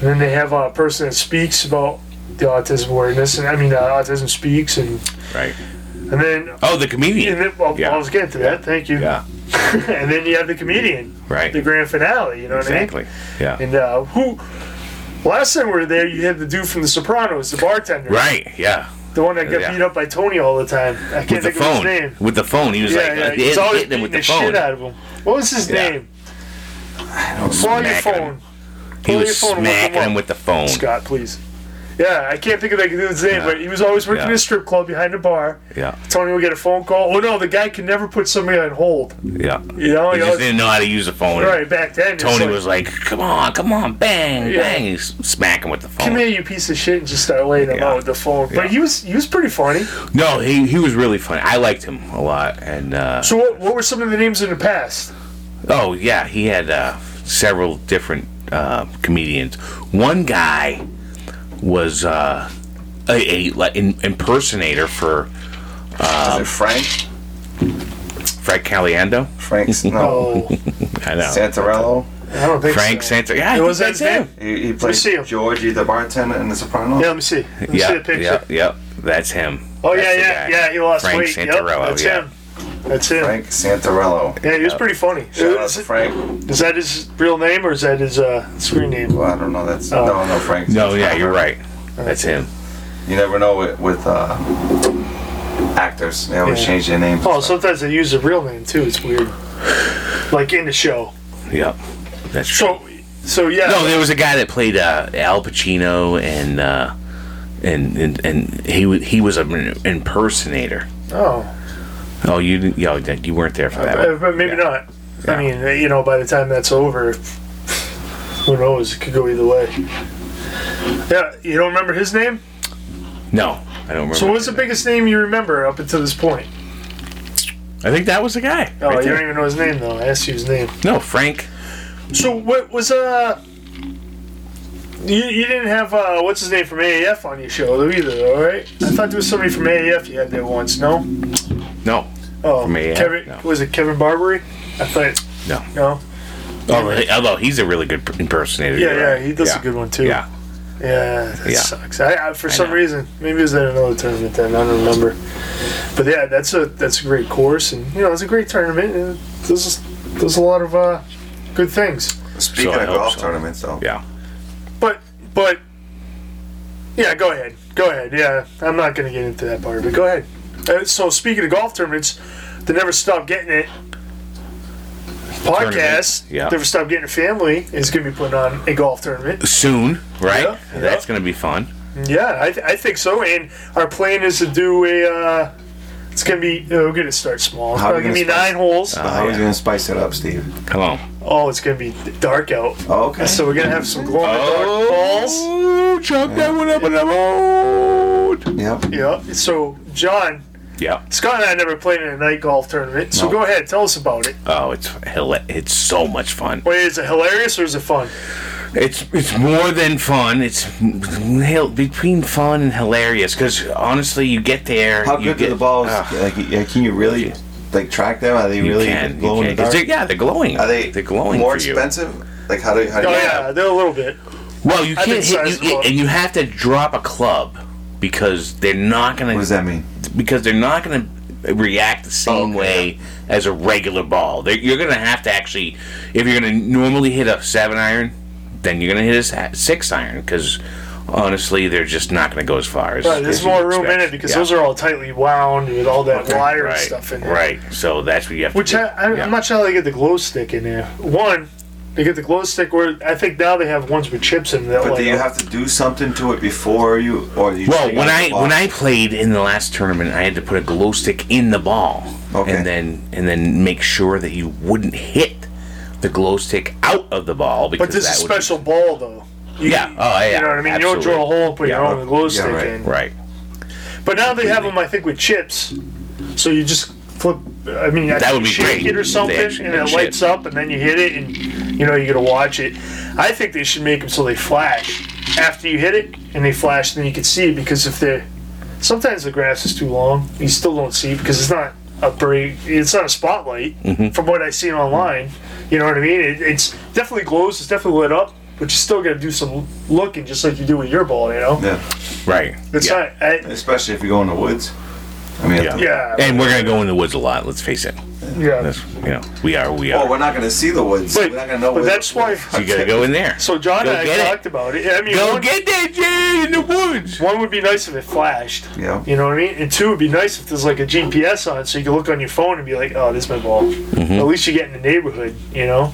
Speaker 2: And then they have a person that speaks about the autism awareness, and I mean uh, autism speaks, and
Speaker 3: right.
Speaker 2: and then
Speaker 3: Oh, the comedian.
Speaker 2: and then well,
Speaker 3: Yeah.
Speaker 2: I was getting to that. Thank you.
Speaker 3: yeah.
Speaker 2: and then you have the comedian
Speaker 3: Right.
Speaker 2: the grand finale. You know
Speaker 3: Exactly. Yeah.
Speaker 2: what I mean? And uh, who? Last time we were there, you had the dude from The Sopranos, the bartender,
Speaker 3: Right. Yeah.
Speaker 2: the one that got
Speaker 3: Yeah.
Speaker 2: beat up by Tony all the time. I can't
Speaker 3: with the
Speaker 2: think of his
Speaker 3: phone.
Speaker 2: name.
Speaker 3: With the phone, he was
Speaker 2: Yeah,
Speaker 3: like
Speaker 2: yeah,
Speaker 3: uh,
Speaker 2: he's
Speaker 3: hit-
Speaker 2: always
Speaker 3: hitting him
Speaker 2: beating
Speaker 3: with
Speaker 2: the,
Speaker 3: the
Speaker 2: shit
Speaker 3: phone.
Speaker 2: out of him. What was his
Speaker 3: Yeah.
Speaker 2: name? Pull out your
Speaker 3: Smacking
Speaker 2: phone.
Speaker 3: him.
Speaker 2: Pull
Speaker 3: He
Speaker 2: out
Speaker 3: was
Speaker 2: your phone and look
Speaker 3: smacking him
Speaker 2: up.
Speaker 3: with the phone.
Speaker 2: Scott, please. Yeah, I can't think of that dude's name, but he was always working
Speaker 3: Yeah.
Speaker 2: in a strip club behind a bar.
Speaker 3: Yeah,
Speaker 2: Tony would get a phone call. Oh no, the guy can never put somebody on hold.
Speaker 3: yeah.
Speaker 2: You know,
Speaker 3: He
Speaker 2: you know
Speaker 3: just didn't know how to use a phone.
Speaker 2: Oh, right back then. it's
Speaker 3: Tony
Speaker 2: like,
Speaker 3: was like, "Come on, come on, bang,
Speaker 2: Yeah.
Speaker 3: bang!" He's smacking with the
Speaker 2: "Come
Speaker 3: phone.
Speaker 2: here, you piece of shit," and just start laying him
Speaker 3: oh." Yeah.
Speaker 2: out with the phone. But
Speaker 3: Yeah.
Speaker 2: he was he was pretty funny.
Speaker 3: No, he he was really funny. I liked him a lot. And uh,
Speaker 2: So what, what were some of the names in the past?
Speaker 3: oh yeah, he had uh, several different uh, comedians. One guy was uh, a, a like in, impersonator for
Speaker 4: Is
Speaker 3: Um,
Speaker 4: it Frank?
Speaker 3: Frank Caliendo.
Speaker 4: Frank's no.
Speaker 2: Oh,
Speaker 3: I know
Speaker 4: Santarello.
Speaker 2: I don't think
Speaker 3: Frank
Speaker 2: so.
Speaker 3: Santa. Yeah, I think
Speaker 2: was that
Speaker 3: that's him.
Speaker 4: He, he plays
Speaker 2: see him.
Speaker 4: Georgie, the bartender in The Sopranos.
Speaker 2: Yeah, let me see. Let me see the
Speaker 3: Yeah,
Speaker 2: picture.
Speaker 3: yeah, yeah. That's him.
Speaker 2: Oh
Speaker 3: That's
Speaker 2: yeah,
Speaker 3: the
Speaker 2: yeah,
Speaker 3: guy.
Speaker 2: yeah. He lost
Speaker 3: Frank
Speaker 2: weight.
Speaker 3: Santarello,
Speaker 2: yep, that's
Speaker 3: yeah.
Speaker 2: him. That's him.
Speaker 4: Frank Santarello.
Speaker 2: Yeah, he was pretty funny.
Speaker 4: Shout out
Speaker 2: Is,
Speaker 4: to Frank.
Speaker 2: is that his real name or is that his uh, screen name?
Speaker 4: Well, I don't know. That's
Speaker 2: Oh.
Speaker 4: no, no, Frank.
Speaker 3: No, yeah, you're right. That's him.
Speaker 4: You never know with, with uh, actors. They always
Speaker 2: Yeah.
Speaker 4: change their names.
Speaker 2: Oh, sometimes they use a real name too. It's weird. Like in the show.
Speaker 3: Yep. That's true.
Speaker 2: So, so yeah.
Speaker 3: No, there was a guy that played uh, Al Pacino, and, uh, and and and he wa- he was an impersonator.
Speaker 2: oh,
Speaker 3: Oh, you didn't, yo, that- you weren't there for that.
Speaker 2: Uh,
Speaker 3: One.
Speaker 2: but maybe
Speaker 3: Yeah.
Speaker 2: not.
Speaker 3: Yeah.
Speaker 2: I mean, you know, by the time that's over, who knows? It could go either way. Yeah, you don't remember his name.
Speaker 3: No, I don't remember.
Speaker 2: So, what's the biggest name you remember up until this point?
Speaker 3: I think that was the guy.
Speaker 2: Oh,
Speaker 3: right
Speaker 2: you
Speaker 3: there.
Speaker 2: don't even know his name though. I asked you his name.
Speaker 3: No, Frank.
Speaker 2: So what was uh? You, you didn't have uh what's his name from AAF on your show though either, though, right? I thought there was somebody from AAF you had there once. No.
Speaker 3: No,
Speaker 2: Oh,
Speaker 3: From AAF?
Speaker 2: Kevin
Speaker 3: No.
Speaker 2: was it Kevin Barbary? I thought
Speaker 3: no.
Speaker 2: no.
Speaker 3: Although, although he's a really good impersonator.
Speaker 2: Oh, Yeah,
Speaker 3: you're
Speaker 2: yeah,
Speaker 3: right.
Speaker 2: he does a good one too.
Speaker 3: Yeah.
Speaker 2: Yeah, that
Speaker 3: Yeah.
Speaker 2: sucks. I, I for some
Speaker 3: know.
Speaker 2: reason maybe it was at another tournament then I don't remember. But yeah, that's a that's a great course and you know it's a great tournament. and It does does a lot of uh good things.
Speaker 4: Speaking
Speaker 3: So I
Speaker 4: of
Speaker 3: hope
Speaker 4: golf
Speaker 3: so.
Speaker 4: tournaments, though.
Speaker 3: Yeah.
Speaker 2: But but yeah, go ahead. Go ahead. Yeah, I'm not going to get into that part, but go ahead. Uh, so speaking of golf tournaments, the Never Stop Getting It podcast,
Speaker 3: Tournament, yeah.
Speaker 2: Never Stop Getting It Family is going to be putting on a golf tournament.
Speaker 3: Soon, right?
Speaker 2: Yeah, yeah.
Speaker 3: That's gonna be fun.
Speaker 2: Yeah, I, th- I think so. And our plan is to do a. Uh, it's going to be. uh, we're going to start small. It's
Speaker 4: How are
Speaker 2: probably going
Speaker 4: we
Speaker 2: to be
Speaker 4: gonna
Speaker 2: nine holes.
Speaker 4: But how are
Speaker 3: yeah.
Speaker 4: you gonna spice it up, Steve?
Speaker 3: Come on.
Speaker 2: oh, it's going to be dark out.
Speaker 4: Oh, okay.
Speaker 2: So we're going to have some glow in the dark balls.
Speaker 3: Oh, chuck that one up in the road.
Speaker 4: Yep.
Speaker 2: Yeah. So, John,
Speaker 3: Yeah.
Speaker 2: Scott and I never played in a night golf tournament, so
Speaker 3: No.
Speaker 2: go ahead, tell us about it.
Speaker 3: Oh, it's hila- it's so much fun.
Speaker 2: Wait, is it hilarious or is it fun?
Speaker 3: It's it's more than fun. It's hil- between fun and hilarious. Because honestly, you get there.
Speaker 4: How
Speaker 3: you
Speaker 4: good
Speaker 3: get,
Speaker 4: do the balls?
Speaker 3: Ugh,
Speaker 4: Like, yeah, can you really like track them? Are they
Speaker 3: you
Speaker 4: really
Speaker 3: can, you
Speaker 4: glowing
Speaker 3: can.
Speaker 4: in
Speaker 3: 'Cause
Speaker 4: the
Speaker 3: They're,
Speaker 4: dark?
Speaker 3: yeah, they're glowing.
Speaker 4: Are they
Speaker 3: They're glowing
Speaker 4: more
Speaker 3: for you.
Speaker 4: expensive? Like, how do how do
Speaker 2: Oh
Speaker 4: you?
Speaker 2: yeah, they're a little bit.
Speaker 3: Well, you
Speaker 2: I've been
Speaker 3: can't hit,
Speaker 2: sized
Speaker 3: you-
Speaker 2: up.
Speaker 3: and you have to drop a club because they're not gonna.
Speaker 4: What does that mean?
Speaker 2: Oh,
Speaker 3: because they're not going to react the same
Speaker 4: Okay.
Speaker 3: way as a regular ball. They're, you're going to have to actually, if you're going to normally hit a seven iron, then you're going to hit a sa- six iron because honestly, they're just not going to go as far as.
Speaker 2: Right, there's
Speaker 3: as you
Speaker 2: more room in
Speaker 3: expect.
Speaker 2: it because those are all tightly wound with all that wire
Speaker 3: right,
Speaker 2: and stuff in there.
Speaker 3: Right, so that's what you have
Speaker 2: Which
Speaker 3: to.
Speaker 2: I, I,
Speaker 3: Yeah.
Speaker 2: I'm not sure how they get the glow stick in there. One, they get the glow stick where I think now they have ones with chips in that.
Speaker 4: But do
Speaker 2: light
Speaker 4: you
Speaker 2: up.
Speaker 4: have to do something to it before you, or you?
Speaker 3: Well,
Speaker 4: take
Speaker 3: when
Speaker 4: out
Speaker 3: I
Speaker 4: the
Speaker 3: when I
Speaker 4: box?
Speaker 3: played in the last tournament, I had to put a glow stick in the ball,
Speaker 4: Okay.
Speaker 3: and then and then make sure that you wouldn't hit the glow stick out of the ball because
Speaker 2: but this
Speaker 3: that
Speaker 2: is a
Speaker 3: would be-
Speaker 2: special ball though. You,
Speaker 3: Yeah, oh, yeah,
Speaker 2: You know what I mean? You
Speaker 3: absolutely.
Speaker 2: don't drill a hole and put your
Speaker 3: Yeah,
Speaker 2: own glow stick
Speaker 4: right,
Speaker 2: in.
Speaker 3: right.
Speaker 2: But now they have them, I think, with chips. So you just flip. I mean, I
Speaker 3: That
Speaker 2: think
Speaker 3: would be
Speaker 2: you shake
Speaker 3: great.
Speaker 2: it or something,
Speaker 3: They actually
Speaker 2: and it
Speaker 3: did
Speaker 2: lights
Speaker 3: shit.
Speaker 2: up, and then you hit it, and you know you got to watch it. I think they should make them so they flash after you hit it, and they flash, and then you can see because if they're sometimes the grass is too long, you still don't see because it's not a very it's not a spotlight
Speaker 3: Mm-hmm.
Speaker 2: from what I see online. You know what I mean? It, it's definitely glows. It's definitely lit up. But you still got to do some looking, just like you do with your ball. You know,
Speaker 4: Yeah,
Speaker 3: Right.
Speaker 2: it's
Speaker 3: yeah.
Speaker 2: not. I,
Speaker 4: especially if you go in the woods. I mean,
Speaker 3: Yeah.
Speaker 2: Yeah.
Speaker 3: And we're gonna go in the woods a lot. Let's face it.
Speaker 2: Yeah.
Speaker 3: That's, you know, we are. We
Speaker 4: well,
Speaker 3: are.
Speaker 4: we're not going to see the woods.
Speaker 2: But,
Speaker 4: we're not going to know.
Speaker 2: but
Speaker 4: where-
Speaker 2: that's why.
Speaker 3: you gotta go in there.
Speaker 2: So John
Speaker 3: Go
Speaker 2: and I
Speaker 3: get it.
Speaker 2: talked about it. I mean,
Speaker 3: Go
Speaker 2: one,
Speaker 3: get that Jay in the woods.
Speaker 2: one would be nice if it flashed.
Speaker 4: Yeah.
Speaker 2: You know what I mean? And two would be nice if there's like a GPS on it, so you can look on your phone and be like, "Oh, this is my ball."
Speaker 3: Mm-hmm.
Speaker 2: At least you get in the neighborhood, you know.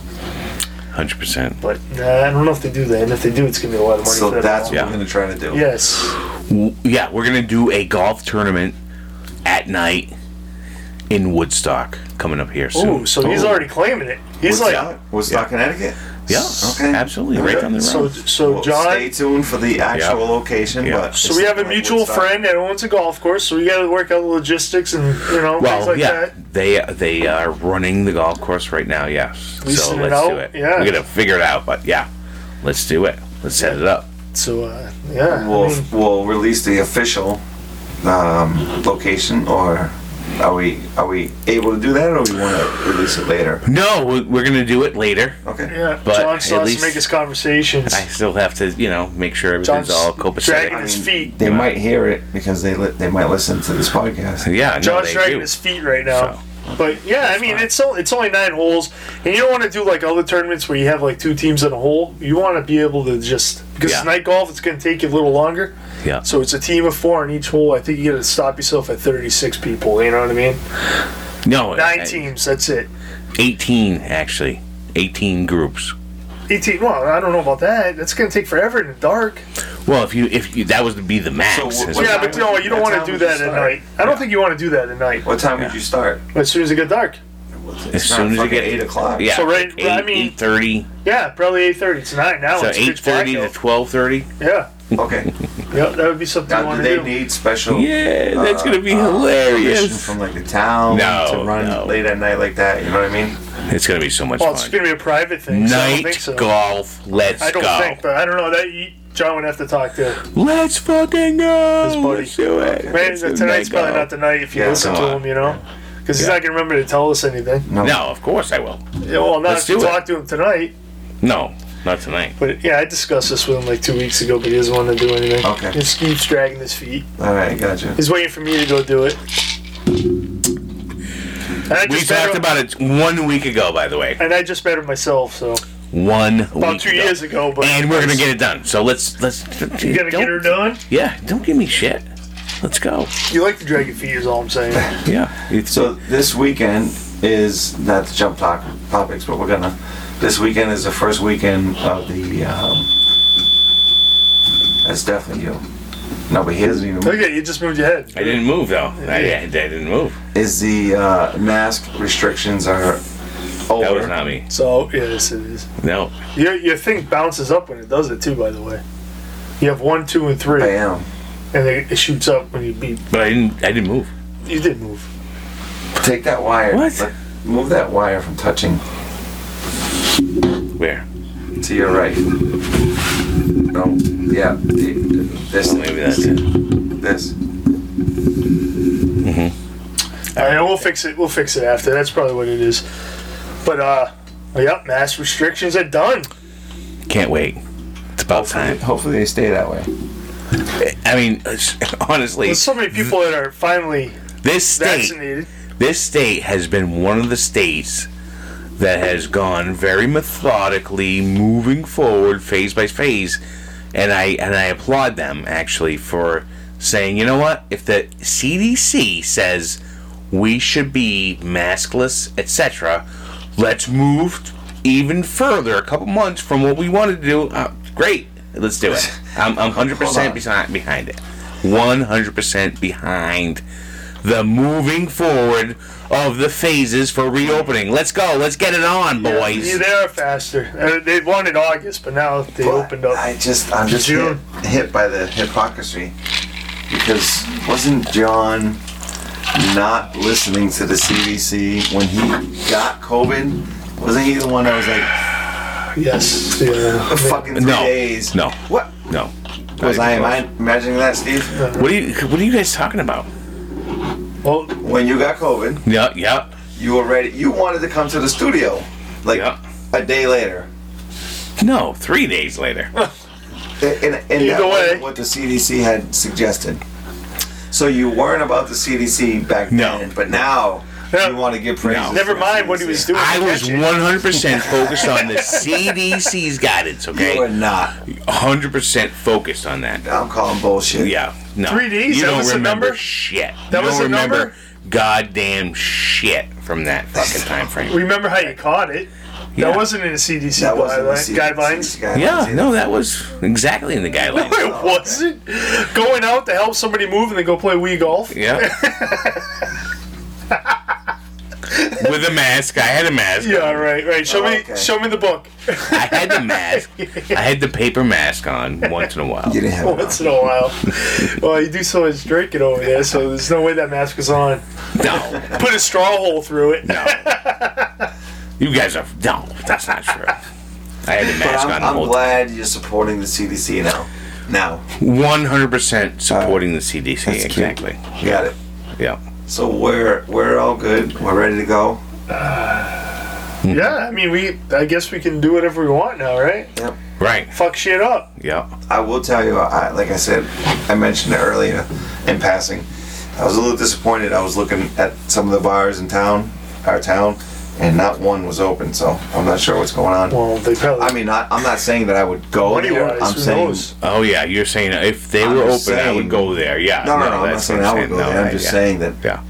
Speaker 3: Hundred percent.
Speaker 2: But nah, I don't know if they do that, and if they do, it's gonna be a lot of money.
Speaker 4: So
Speaker 2: for that
Speaker 4: that's
Speaker 2: ball.
Speaker 4: what
Speaker 3: Yeah.
Speaker 4: we're going to try to do.
Speaker 2: yes.
Speaker 3: Yeah, we're gonna do a golf tournament at night in Woodstock coming up here soon.
Speaker 2: Ooh, so he's
Speaker 4: Ooh.
Speaker 2: already claiming it. He's
Speaker 4: Woodstock,
Speaker 2: like,
Speaker 4: Woodstock, Connecticut.
Speaker 3: yeah,
Speaker 4: Okay.
Speaker 3: absolutely, right down the
Speaker 2: so
Speaker 3: road.
Speaker 2: so
Speaker 4: Well,
Speaker 2: John.
Speaker 4: stay tuned for the actual
Speaker 3: Yeah.
Speaker 4: location.
Speaker 3: Yeah.
Speaker 4: But
Speaker 2: So we have a mutual friend that owns a golf course, so we got to work out the logistics and you know things
Speaker 3: well,
Speaker 2: like
Speaker 3: yeah,
Speaker 2: that.
Speaker 3: they they are running the golf course right now. Yes, so
Speaker 2: Leasing it
Speaker 3: let's
Speaker 2: out,
Speaker 3: do it.
Speaker 2: yeah.
Speaker 3: We're gonna figure it out, but yeah, let's do it. Let's set it up.
Speaker 2: So uh, yeah, I
Speaker 4: We'll
Speaker 2: mean,
Speaker 4: we'll release the official um, location, or are we are we able to do that, or we want to release it later?
Speaker 3: No, we- we're gonna do it later.
Speaker 4: Okay.
Speaker 2: yeah.
Speaker 3: but
Speaker 2: John
Speaker 3: at
Speaker 2: still has
Speaker 3: least-
Speaker 2: to make his conversations.
Speaker 3: I still have to, you know, make sure everything's
Speaker 2: John's
Speaker 3: all
Speaker 2: dragging
Speaker 3: copacetic.
Speaker 2: his
Speaker 4: mean,
Speaker 2: feet.
Speaker 4: They might hear it because they li- they might listen to this podcast.
Speaker 3: Yeah, no,
Speaker 2: John's
Speaker 3: they
Speaker 2: dragging
Speaker 3: do.
Speaker 2: his feet right now.
Speaker 3: So.
Speaker 2: But yeah, I mean
Speaker 4: fine.
Speaker 2: it's only, it's only nine holes, and you don't want to do like other tournaments where you have like two teams in a hole. You want to be able to just because it's
Speaker 3: Yeah.
Speaker 2: night golf, it's going to take you a little longer.
Speaker 3: Yeah.
Speaker 2: So it's a team of four in each hole. I think you got to stop yourself at thirty six people. You know what I mean?
Speaker 3: No,
Speaker 2: Nine
Speaker 3: I-
Speaker 2: teams. That's it.
Speaker 3: 18 actually 18 groups
Speaker 2: 18 well i don't know about that that's going to take forever in the dark
Speaker 3: well if you if you, that was to be the max
Speaker 4: So wh-
Speaker 3: is
Speaker 4: What
Speaker 2: yeah
Speaker 4: time
Speaker 2: but
Speaker 4: would
Speaker 2: no
Speaker 4: you-
Speaker 2: you don't
Speaker 4: what
Speaker 2: want
Speaker 4: time
Speaker 2: to do
Speaker 4: would you
Speaker 2: that at
Speaker 4: start?
Speaker 2: night i don't think you want to do that at night
Speaker 4: What time would you start?
Speaker 2: as soon as it gets dark
Speaker 4: It's
Speaker 3: as soon
Speaker 4: not
Speaker 3: as you
Speaker 4: fucking
Speaker 3: get
Speaker 4: eight o'clock.
Speaker 3: yeah
Speaker 2: So right-
Speaker 3: like 8,
Speaker 2: I mean-
Speaker 3: 8.30
Speaker 2: yeah probably 8.30 it's 9 now
Speaker 3: so
Speaker 2: it's pitch black
Speaker 3: 8.30
Speaker 2: out.
Speaker 3: to 12.30
Speaker 2: yeah
Speaker 4: Okay.
Speaker 2: yep that would be something you
Speaker 4: Now, do
Speaker 2: want
Speaker 4: they
Speaker 2: to do
Speaker 4: need special?
Speaker 3: yeah that's
Speaker 4: uh,
Speaker 3: gonna be
Speaker 4: uh, permission
Speaker 3: hilarious
Speaker 4: From like the town
Speaker 3: No,
Speaker 4: to run
Speaker 3: no.
Speaker 4: late at night like that. You know what I mean?
Speaker 3: it's gonna be so much
Speaker 2: well it's
Speaker 3: fun
Speaker 2: going to be a private thing so i don't
Speaker 3: night
Speaker 2: think so
Speaker 3: golf let's
Speaker 2: i don't
Speaker 3: go
Speaker 2: think but i don't know that you, john would have to talk to
Speaker 3: let's fucking go
Speaker 2: buddy.
Speaker 3: let's do it
Speaker 2: man
Speaker 3: Let's do
Speaker 2: tonight's
Speaker 3: night
Speaker 2: probably
Speaker 3: golf.
Speaker 2: not the night if you
Speaker 4: Yeah,
Speaker 2: listen
Speaker 4: no,
Speaker 2: to
Speaker 3: I-
Speaker 2: him you know because he's
Speaker 3: Yeah.
Speaker 2: not going to remember to tell us anything
Speaker 3: no of course i will
Speaker 2: yeah, well not
Speaker 3: Let's
Speaker 2: if you
Speaker 3: do it.
Speaker 2: talk to him tonight
Speaker 3: no not tonight
Speaker 2: but yeah i discussed this with him like two weeks ago but he doesn't want to do anything
Speaker 4: Okay.
Speaker 2: he just keeps dragging his feet
Speaker 4: All right, gotcha.
Speaker 2: He's waiting for me to go do it. And I
Speaker 3: we
Speaker 2: just met
Speaker 3: talked
Speaker 2: him,
Speaker 3: about it one week ago by the way
Speaker 2: and I just met him myself, so
Speaker 3: one
Speaker 2: about
Speaker 3: week
Speaker 2: two years ago. But
Speaker 3: and we're gonna get it done. So let's let's.
Speaker 2: You gonna get her done?
Speaker 3: Yeah, don't give me shit. Let's go.
Speaker 2: You like to drag your feet, is all I'm saying.
Speaker 3: Yeah, it's
Speaker 4: So this weekend is not to jump to topics, but we're gonna. This weekend is the first weekend of the. Um, that's definitely you. No, but here's even
Speaker 2: Okay, you just moved your head.
Speaker 3: I didn't move though. I, I didn't move.
Speaker 4: is the uh, mask restrictions are over.
Speaker 3: That was not me.
Speaker 2: So yes, it is.
Speaker 3: No.
Speaker 2: Your your thing bounces up when it does it too. By the way, you have one, two, and three,
Speaker 4: I am.
Speaker 2: and it, it shoots up when you beat.
Speaker 3: But I didn't. I didn't move.
Speaker 2: You did move.
Speaker 4: Take that wire.
Speaker 3: What?
Speaker 4: Let- Move that wire from touching
Speaker 3: Where?
Speaker 4: to your right. No. Yeah. the- This.
Speaker 3: Maybe that's it.
Speaker 4: This.
Speaker 2: All right, we'll fix it. We'll fix it after. That's probably what it is. But uh, yep, mass restrictions are done.
Speaker 3: Can't wait. It's about time.
Speaker 4: Hopefully they stay that way.
Speaker 3: I mean, it's- honestly,
Speaker 2: There's so many people that are finally
Speaker 3: this state,
Speaker 2: vaccinated.
Speaker 3: this state has been one of the states that has gone very methodically, moving forward phase by phase, and I and I applaud them actually for saying, you know what, if the CDC says we should be maskless, etc., let's move even further, a couple months from what we wanted to do. Uh, great, let's do it. I'm, I'm 100%
Speaker 4: Hold on.
Speaker 3: behind, behind it. 100% behind the moving forward of the phases for reopening. Let's go. Let's get it on,
Speaker 2: Yeah,
Speaker 3: boys.
Speaker 2: they are faster. Uh, they wanted August, but now they
Speaker 4: But
Speaker 2: opened up.
Speaker 4: I just, I'm just hit,
Speaker 2: June.
Speaker 4: hit by the hypocrisy because wasn't John not listening to the CDC when he got COVID? Wasn't he the one that was like
Speaker 2: yes. Yeah.
Speaker 4: the fucking three
Speaker 3: No.
Speaker 4: days?
Speaker 3: No.
Speaker 4: What
Speaker 3: No.
Speaker 4: was I, am I imagining that, Steve?
Speaker 3: What are you What are you guys talking about?
Speaker 2: Well,
Speaker 4: When you got COVID,
Speaker 3: Yeah, yeah,
Speaker 4: you were ready. You wanted to come to the studio, like
Speaker 3: yeah.
Speaker 4: a day later.
Speaker 3: No, three days later.
Speaker 4: And, and, and
Speaker 2: Either
Speaker 4: that wasn't
Speaker 2: way.
Speaker 4: what the CDC had suggested. So you weren't about the CDC back
Speaker 3: No.
Speaker 4: then, but now
Speaker 2: Yeah.
Speaker 4: you want to give praise.
Speaker 3: No.
Speaker 2: Never mind what he was doing.
Speaker 3: I
Speaker 2: to
Speaker 3: was
Speaker 2: catch it.
Speaker 3: 100% focused on the CDC's guidance,
Speaker 4: You are
Speaker 3: okay?
Speaker 4: not.
Speaker 3: 100% focused on that.
Speaker 4: I'm calling bullshit.
Speaker 3: Yeah, no.
Speaker 2: 3Ds?
Speaker 3: You
Speaker 2: That
Speaker 3: don't
Speaker 2: was the
Speaker 3: remember
Speaker 2: number?
Speaker 3: shit.
Speaker 2: That
Speaker 3: you
Speaker 2: was
Speaker 3: don't
Speaker 2: the
Speaker 3: remember
Speaker 2: number?
Speaker 3: goddamn shit from that fucking time frame.
Speaker 2: Remember how you caught it?
Speaker 3: Yeah.
Speaker 2: That wasn't in the CDC,
Speaker 4: That wasn't the
Speaker 2: guideline- guidelines.
Speaker 4: CDC guidelines
Speaker 3: Yeah,
Speaker 4: either.
Speaker 3: no, that was exactly in the guidelines.
Speaker 2: It wasn't going out to help somebody move and then go play Wii golf.
Speaker 3: Yeah. With a mask. I had a mask.
Speaker 2: Yeah, right, right. Show
Speaker 4: Oh,
Speaker 2: me,
Speaker 4: okay.
Speaker 2: show me the book.
Speaker 3: I had the mask. I had the paper mask on once in a while.
Speaker 4: You didn't have it.
Speaker 2: Once in a while. well, you do so much drinking over there, so there's no way that mask was on.
Speaker 3: No,
Speaker 2: Put a straw hole through it.
Speaker 3: no. You guys are. No, that's not true. I had the
Speaker 4: But
Speaker 3: mask
Speaker 4: I'm,
Speaker 3: on
Speaker 4: I'm
Speaker 3: the whole time.
Speaker 4: glad you're supporting the CDC now. Now,
Speaker 3: 100% supporting the CDC.
Speaker 4: That's cute.
Speaker 3: exactly.
Speaker 4: you got it.
Speaker 3: Yeah.
Speaker 4: So we're we're all good. We're ready to go.
Speaker 2: Yeah, I mean, we. I guess we can do whatever we want now, right?
Speaker 4: Yep.
Speaker 3: Right.
Speaker 2: Fuck shit up.
Speaker 3: Yeah.
Speaker 4: I will tell you, I, like I said, I mentioned it earlier in passing. I was a little disappointed. I was looking at some of the bars in town, our town, and not one was open. So I'm not sure what's going on.
Speaker 2: Well, they probably.
Speaker 4: I mean, not, I'm not saying that I would go
Speaker 2: money
Speaker 4: there.
Speaker 2: wise,
Speaker 4: I'm
Speaker 2: who
Speaker 4: saying
Speaker 2: knows?
Speaker 3: Oh, yeah. You're saying if they
Speaker 4: I'm
Speaker 3: were open,
Speaker 4: just
Speaker 3: I would
Speaker 4: saying-
Speaker 3: go there. Yeah.
Speaker 4: no, no, no. I'm not saying
Speaker 3: what
Speaker 4: I would go there. I'm
Speaker 3: I-
Speaker 4: just
Speaker 3: yeah.
Speaker 4: saying that
Speaker 3: Yeah.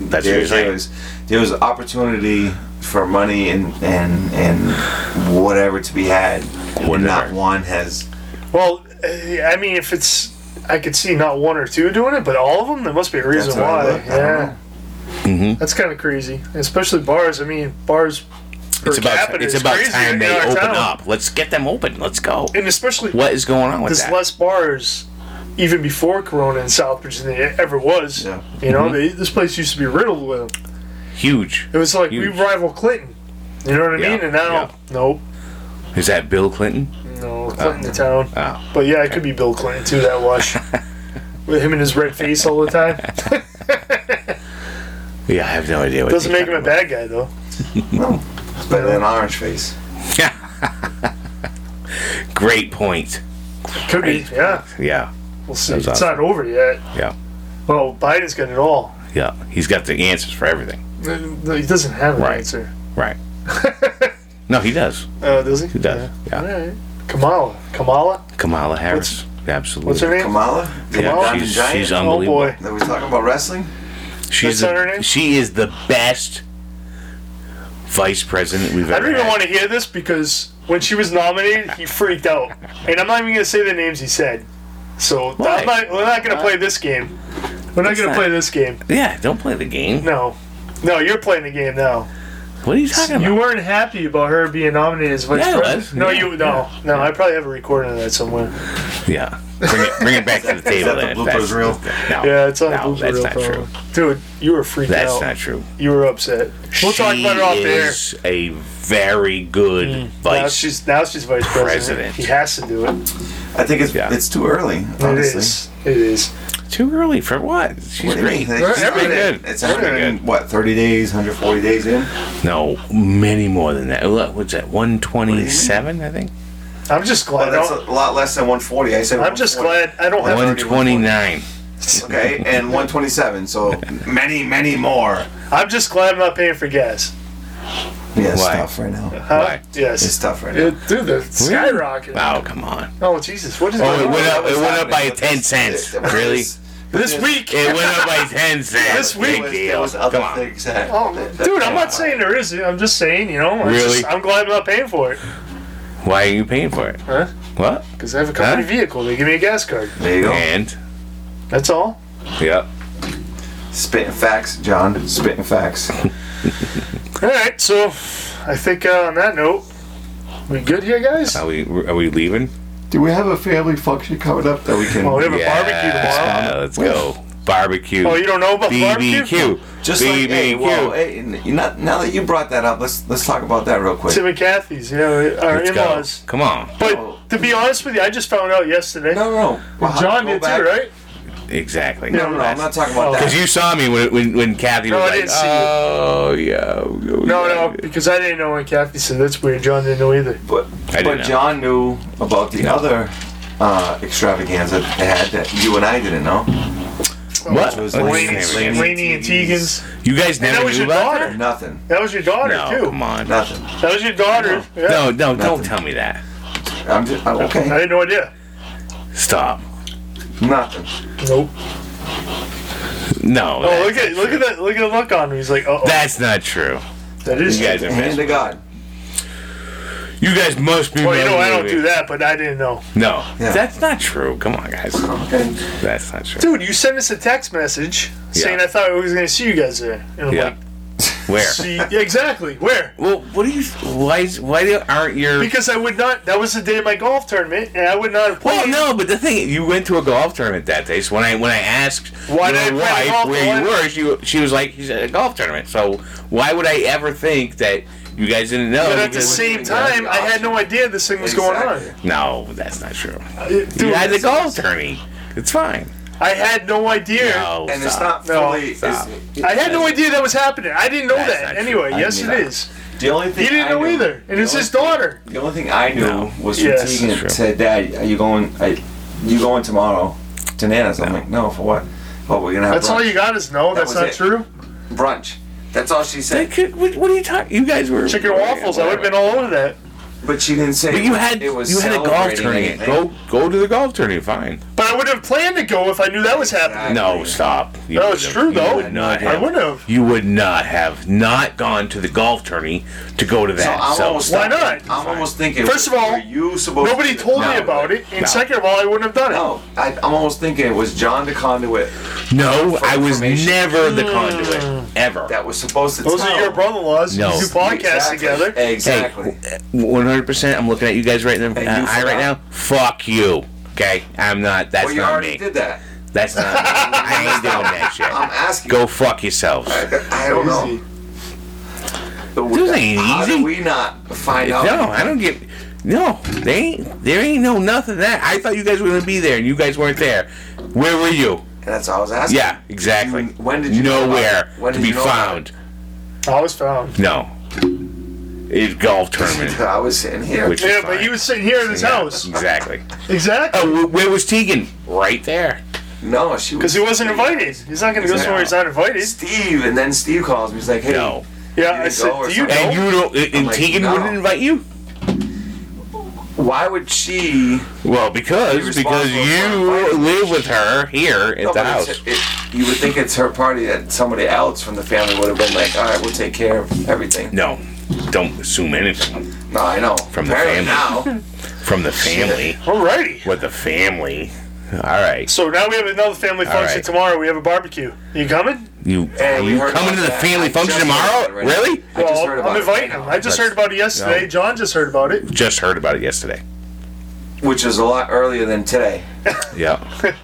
Speaker 3: That's what
Speaker 4: there,
Speaker 3: you're
Speaker 4: there
Speaker 3: saying.
Speaker 4: was there was opportunity for money and and and whatever to be had. And
Speaker 3: Whatever.
Speaker 4: not one has.
Speaker 2: Well, eh, I mean, if it's, I could see not one or two doing it, but all of them. There must be a reason
Speaker 4: That's what I
Speaker 2: why.
Speaker 4: looked, I don't
Speaker 2: yeah. That's kind of crazy, especially bars. I mean, bars. Per
Speaker 3: It's about,
Speaker 2: capita
Speaker 3: it's
Speaker 2: is
Speaker 3: about
Speaker 2: crazy
Speaker 3: time
Speaker 2: in
Speaker 3: they
Speaker 2: our
Speaker 3: open
Speaker 2: town.
Speaker 3: up. Let's get them open. Let's go.
Speaker 2: and especially
Speaker 3: What is going on with
Speaker 2: there's
Speaker 3: that?
Speaker 2: less bars even before Corona in Southbridge than there ever was.
Speaker 4: Yeah.
Speaker 2: You
Speaker 3: Mm-hmm.
Speaker 2: know, they, this place used to be riddled with them.
Speaker 3: Huge.
Speaker 2: It was like
Speaker 3: Huge.
Speaker 2: we rival Clinton. You know what I
Speaker 3: Yeah,
Speaker 2: mean? And now,
Speaker 3: yeah. Uh,
Speaker 2: nope,
Speaker 3: Is that Bill Clinton?
Speaker 2: no Clinton to town.
Speaker 3: Oh.
Speaker 2: But yeah, it could be Bill Clinton too. That wash with him and his red face all the time
Speaker 3: Yeah, I have no idea what
Speaker 2: doesn't
Speaker 3: you're
Speaker 2: make him a bad
Speaker 3: talking
Speaker 2: guy though.
Speaker 4: No, it's better than orange face.
Speaker 3: about. Great point.
Speaker 2: Could be. Yeah,
Speaker 3: Yeah.
Speaker 2: we'll see.
Speaker 3: That's
Speaker 2: It's
Speaker 3: awesome.
Speaker 2: not over yet.
Speaker 3: Yeah.
Speaker 2: Well, Biden's got it all.
Speaker 3: Yeah. He's got the answers for everything.
Speaker 2: No, He doesn't have an
Speaker 3: Right.
Speaker 2: answer.
Speaker 3: Right. no, he does.
Speaker 2: Uh, does he?
Speaker 3: He does. Yeah.
Speaker 2: All right. Kamala. Kamala.
Speaker 3: Kamala Harris. Absolutely.
Speaker 2: What's her name?
Speaker 4: Kamala, the
Speaker 3: Yeah,
Speaker 4: Diamond
Speaker 3: she's,
Speaker 4: Giant.
Speaker 3: she's
Speaker 2: Oh
Speaker 3: unbelievable.
Speaker 2: boy.
Speaker 4: Are we talking about wrestling?
Speaker 3: She's
Speaker 2: That's not her
Speaker 3: the,
Speaker 2: name?
Speaker 3: she is the best vice president we've ever
Speaker 2: I don't even
Speaker 3: had.
Speaker 2: want to hear this because when she was nominated, he freaked out. And I'm not even going to say the names he said. So
Speaker 3: Why?
Speaker 2: I'm not, we're not going to play this game. We're not going
Speaker 3: What's
Speaker 2: to
Speaker 3: that?
Speaker 2: play this game.
Speaker 3: yeah, don't play the game.
Speaker 2: No. No, you're playing the game now.
Speaker 3: What are you talking about?
Speaker 2: You weren't happy about her being nominated as vice
Speaker 3: Yeah, I
Speaker 2: president.
Speaker 3: was.
Speaker 2: No,
Speaker 3: Yeah.
Speaker 2: you no, no. I probably have a recording of that somewhere.
Speaker 3: yeah. Bring it, bring it back to the table.
Speaker 4: that the
Speaker 3: then.
Speaker 4: bloopers
Speaker 3: That's-
Speaker 4: reel?
Speaker 3: No,
Speaker 2: Yeah, it's on
Speaker 3: no,
Speaker 2: the
Speaker 3: that's
Speaker 2: Blues
Speaker 3: not true.
Speaker 2: Dude, you were freaked
Speaker 3: That's
Speaker 2: out.
Speaker 3: not true.
Speaker 2: you were upset. We'll talk about it off
Speaker 3: she
Speaker 2: there.
Speaker 3: is a very good
Speaker 2: Now
Speaker 3: vice.
Speaker 2: she's now she's vice president.
Speaker 3: President.
Speaker 2: He has to do it.
Speaker 4: I think it's
Speaker 3: Yeah.
Speaker 4: it's too early.
Speaker 2: It
Speaker 4: Honestly.
Speaker 2: is. It is.
Speaker 3: Too early for what? She's
Speaker 4: What do you mean?
Speaker 3: great.
Speaker 4: They- It's
Speaker 2: Everything.
Speaker 4: already- It's
Speaker 3: Everything.
Speaker 4: 100 and, what 30 days, 140 days in.
Speaker 3: No, many more than that. Look, what's that? One twenty-seven, I think.
Speaker 2: I'm just glad.
Speaker 4: Well,
Speaker 2: I
Speaker 4: that's
Speaker 2: don't,
Speaker 4: a lot less than 140. I said.
Speaker 2: I'm just
Speaker 4: 140.
Speaker 2: glad I don't have
Speaker 3: One twenty-nine.
Speaker 4: Okay, and 127. So many, many more.
Speaker 2: I'm just glad I'm not paying for gas.
Speaker 4: Yeah, it's
Speaker 3: Why?
Speaker 4: tough right now.
Speaker 2: Huh?
Speaker 3: Why?
Speaker 4: It's
Speaker 2: Yes.
Speaker 4: tough right now.
Speaker 2: It, dude, the skyrocket.
Speaker 3: Oh, come on.
Speaker 2: Oh, Jesus. What is
Speaker 3: Oh, it
Speaker 2: going
Speaker 3: went
Speaker 2: on?
Speaker 3: up. It went up by ten cents. Really?
Speaker 2: This week.
Speaker 3: It went up by ten cents.
Speaker 2: This week.
Speaker 3: Big
Speaker 4: There
Speaker 3: deal.
Speaker 4: was other
Speaker 3: Come on.
Speaker 4: things that-
Speaker 2: Oh,
Speaker 4: that- that-
Speaker 2: dude, I'm not saying there is. I'm just saying, you know. I'm
Speaker 3: Really?
Speaker 2: just- I'm glad I'm not paying for it.
Speaker 3: Why are you paying for it?
Speaker 2: Huh?
Speaker 3: What?
Speaker 2: Because I have a company
Speaker 3: Huh?
Speaker 2: vehicle. They give me a gas card.
Speaker 4: There you go.
Speaker 3: And
Speaker 2: That's all.
Speaker 3: yep.
Speaker 4: Spitting facts, John. Spitting facts.
Speaker 2: All right. So, I think uh, on that note, we good here, guys?
Speaker 3: Are we are we leaving?
Speaker 4: Do we have a family function coming up that we can?
Speaker 2: Well, we have a barbecue tomorrow.
Speaker 3: Yeah, let's go. Barbecue.
Speaker 2: Oh, you don't know about barbecue?
Speaker 3: BBQ.
Speaker 4: Just like, hey, whoa, hey, n- you not, now that you brought that up, let's let's talk about that real quick.
Speaker 2: Tim and Kathy's, you know, our
Speaker 3: Let's go.
Speaker 2: in-laws.
Speaker 3: Come on.
Speaker 2: But to be honest with you, I just found out yesterday.
Speaker 4: No, no, no.
Speaker 2: John
Speaker 4: Go
Speaker 2: did
Speaker 4: back.
Speaker 2: too, right?
Speaker 3: Exactly.
Speaker 4: No, no, no, I'm not talking about
Speaker 2: Oh.
Speaker 4: that.
Speaker 3: Because you saw me when when, when Kathy
Speaker 2: No,
Speaker 3: was
Speaker 2: I
Speaker 3: like,
Speaker 2: didn't see you.
Speaker 3: oh yeah.
Speaker 2: No, no, because I didn't know when Kathy said that's weird. John didn't know either.
Speaker 4: But,
Speaker 3: I didn't
Speaker 4: but
Speaker 3: know.
Speaker 4: John knew about the other uh, extravaganza that they had that you and I didn't know.
Speaker 3: What?
Speaker 4: was
Speaker 3: What?
Speaker 4: Laney-
Speaker 2: Laney,
Speaker 4: Laney
Speaker 2: Laney and Tegan's.
Speaker 3: You guys
Speaker 2: And
Speaker 3: never
Speaker 2: that was
Speaker 3: knew
Speaker 2: your
Speaker 3: about
Speaker 2: daughter.
Speaker 4: Nothing.
Speaker 2: That was your
Speaker 3: that?
Speaker 2: daughter
Speaker 3: No,
Speaker 2: too.
Speaker 3: come on. No,
Speaker 4: Nothing.
Speaker 2: That was your daughter. Yeah.
Speaker 3: no, don't tell me that.
Speaker 4: I'm just I'm
Speaker 2: I
Speaker 4: okay.
Speaker 2: had no idea.
Speaker 3: Stop.
Speaker 4: Nothing.
Speaker 2: Nope.
Speaker 3: No,
Speaker 2: Oh,
Speaker 3: that-
Speaker 2: look at look at that look at the look on him. He's like, oh,
Speaker 3: that's not true.
Speaker 2: that is.
Speaker 3: You guys are
Speaker 4: Hand to
Speaker 3: messing.
Speaker 4: God.
Speaker 3: You guys must be.
Speaker 2: Well, you know, I don't
Speaker 3: motivated.
Speaker 2: do that, but I didn't know.
Speaker 3: No,
Speaker 4: Yeah.
Speaker 3: that's not true. Come on, guys.
Speaker 4: Okay.
Speaker 3: That's not true.
Speaker 2: Dude, you sent us a text message saying
Speaker 3: Yeah.
Speaker 2: I thought I was going to see you guys there, and I'm
Speaker 3: Yeah.
Speaker 2: like,
Speaker 3: Where?
Speaker 2: see, yeah, exactly where?
Speaker 3: Well, what do you? Why? is- Why do- aren't your?
Speaker 2: Because I would not. That was the day of my golf tournament, and I would not have
Speaker 3: Well,
Speaker 2: played.
Speaker 3: no, but the thing you went to a golf tournament that day. So when I when I asked
Speaker 2: Why did I
Speaker 3: your
Speaker 2: play
Speaker 3: wife
Speaker 2: golf?
Speaker 3: where you
Speaker 2: Why-
Speaker 3: were, she she was like, "He's at a golf tournament." So why would I ever think that you guys didn't know?
Speaker 2: But at the
Speaker 3: because-
Speaker 2: same time, I had no idea this thing was going on.
Speaker 4: Exactly.
Speaker 3: no, that's not true.
Speaker 2: Uh, Dude,
Speaker 3: you had the
Speaker 2: it's-
Speaker 3: golf tourney. It's fine.
Speaker 2: I had no idea.
Speaker 3: No,
Speaker 4: And it's
Speaker 3: stop.
Speaker 4: not
Speaker 2: No,
Speaker 4: fully.
Speaker 3: stop.
Speaker 4: it's-
Speaker 2: I had no idea that was happening. I didn't know
Speaker 3: That's not
Speaker 2: that.
Speaker 3: true.
Speaker 2: Anyway,
Speaker 3: I
Speaker 2: yes,
Speaker 3: knew
Speaker 2: it
Speaker 3: that.
Speaker 2: is.
Speaker 4: The only thing
Speaker 2: He didn't
Speaker 4: I
Speaker 2: know
Speaker 4: knew-
Speaker 2: either, and it's
Speaker 4: the
Speaker 2: his
Speaker 4: only-
Speaker 2: daughter.
Speaker 4: The only thing I knew
Speaker 3: No.
Speaker 4: was
Speaker 2: Yes.
Speaker 4: yes, Tegan
Speaker 3: True.
Speaker 4: said, "Dad, are you going? Are you going tomorrow to Nana's?" I'm like, "No, for what? Oh, we're gonna have
Speaker 2: That's
Speaker 4: brunch.
Speaker 2: all you got is no. that's
Speaker 4: was
Speaker 2: not
Speaker 4: it.
Speaker 2: true.
Speaker 4: brunch." That's all she
Speaker 3: They
Speaker 4: said.
Speaker 3: could- What, what are you talking? You guys were
Speaker 2: Chicken waffles. I would have been all over that.
Speaker 4: But she didn't say.
Speaker 3: But you had
Speaker 4: it was
Speaker 3: you had a golf
Speaker 4: celebrating
Speaker 3: tournament.
Speaker 4: anything.
Speaker 3: Go go to the golf tournament. Fine.
Speaker 2: But I would have planned to go if I knew that was happening.
Speaker 3: No, stop. You
Speaker 2: No, it's
Speaker 3: would've-
Speaker 2: true
Speaker 3: you
Speaker 2: though.
Speaker 3: would not
Speaker 2: I
Speaker 3: have-
Speaker 2: would have.
Speaker 3: You would not have not gone to the golf tourney to go to
Speaker 4: So
Speaker 3: that.
Speaker 4: I'm
Speaker 3: So,
Speaker 4: almost
Speaker 2: Why
Speaker 4: thinking-
Speaker 2: not?
Speaker 4: I'm almost thinking.
Speaker 2: First of all,
Speaker 4: were you supposed
Speaker 2: Nobody
Speaker 4: to-
Speaker 2: told me
Speaker 4: No.
Speaker 2: about it, and
Speaker 3: No.
Speaker 2: second of all, I wouldn't have done it.
Speaker 4: No, I, I'm almost thinking it was John the conduit
Speaker 3: no, I was
Speaker 4: information.
Speaker 3: never the
Speaker 2: Mm.
Speaker 3: conduit ever.
Speaker 4: that was supposed to.
Speaker 2: Those
Speaker 4: tell.
Speaker 2: are your brother-in-laws.
Speaker 3: No.
Speaker 2: You do podcasts
Speaker 4: Exactly.
Speaker 2: together.
Speaker 4: Exactly.
Speaker 3: One hundred percent. I'm looking at you guys right in the
Speaker 4: Hey, you
Speaker 3: uh, eye right now.
Speaker 4: forgot?
Speaker 3: Fuck you. Okay, I'm not. That's
Speaker 4: well, you
Speaker 3: not
Speaker 4: already
Speaker 3: me.
Speaker 4: did that.
Speaker 3: That's not me. I ain't doing that
Speaker 4: I'm
Speaker 3: shit.
Speaker 4: asking.
Speaker 3: Go fuck yourselves.
Speaker 4: I don't know.
Speaker 3: This ain't
Speaker 4: How
Speaker 3: easy.
Speaker 4: did we not find out?
Speaker 3: No, I don't get. No, they ain't. There ain't no nothing that. I thought you guys were gonna be there, and you guys weren't there. Where were you?
Speaker 4: That's all I was asking.
Speaker 3: Yeah, exactly.
Speaker 4: You- Mm, when did you know about
Speaker 3: Nowhere
Speaker 4: it? When
Speaker 3: to
Speaker 4: did
Speaker 3: be
Speaker 4: you know about
Speaker 3: found.
Speaker 2: I was found.
Speaker 3: No. It's golf tournament.
Speaker 4: I was sitting here.
Speaker 3: Which-
Speaker 2: Yeah,
Speaker 3: Fine.
Speaker 2: but he was sitting here in his house.
Speaker 3: Exactly.
Speaker 2: Exactly.
Speaker 3: Oh, wh- where was Tegan? Right there.
Speaker 4: no, she was.
Speaker 2: Because he wasn't invited. He's not going to go somewhere he's not invited.
Speaker 4: Steve, and then Steve calls me. He's like, "Hey,
Speaker 3: No.
Speaker 2: Yeah,
Speaker 4: You
Speaker 2: I
Speaker 4: didn't
Speaker 2: said,
Speaker 4: go or
Speaker 2: do you
Speaker 4: something.
Speaker 2: know?
Speaker 3: And you don't. And, and
Speaker 4: like,
Speaker 3: Tegan
Speaker 4: no.
Speaker 3: wouldn't invite you.
Speaker 4: why would she?"
Speaker 3: Well, because because
Speaker 4: responsible for
Speaker 3: you
Speaker 4: inviting.
Speaker 3: live with her here at the
Speaker 4: Nobody-
Speaker 3: house.
Speaker 4: it- you would think it's her party that somebody else from the family would have been like, "All right, we'll take care of everything."
Speaker 3: No, don't assume anything
Speaker 4: No, I know.
Speaker 3: From the
Speaker 4: Apparently now,
Speaker 3: from the family.
Speaker 2: Alrighty.
Speaker 3: With the family. All right.
Speaker 2: So now we have another family function
Speaker 3: right.
Speaker 2: tomorrow. We have a barbecue. You coming?
Speaker 3: You
Speaker 4: Hey, we
Speaker 3: you
Speaker 4: heard
Speaker 3: coming
Speaker 4: about
Speaker 3: to the
Speaker 4: that.
Speaker 3: family
Speaker 4: I
Speaker 3: function
Speaker 4: just
Speaker 3: tomorrow?
Speaker 4: heard about it right now.
Speaker 3: really?
Speaker 4: I just heard
Speaker 2: Well,
Speaker 4: about
Speaker 2: I'm
Speaker 4: it
Speaker 2: inviting
Speaker 4: right
Speaker 2: him. I just
Speaker 3: That's-
Speaker 2: heard about it yesterday. John just heard about it.
Speaker 3: Just heard about it yesterday.
Speaker 4: now, which is a lot earlier than today.
Speaker 3: Yeah.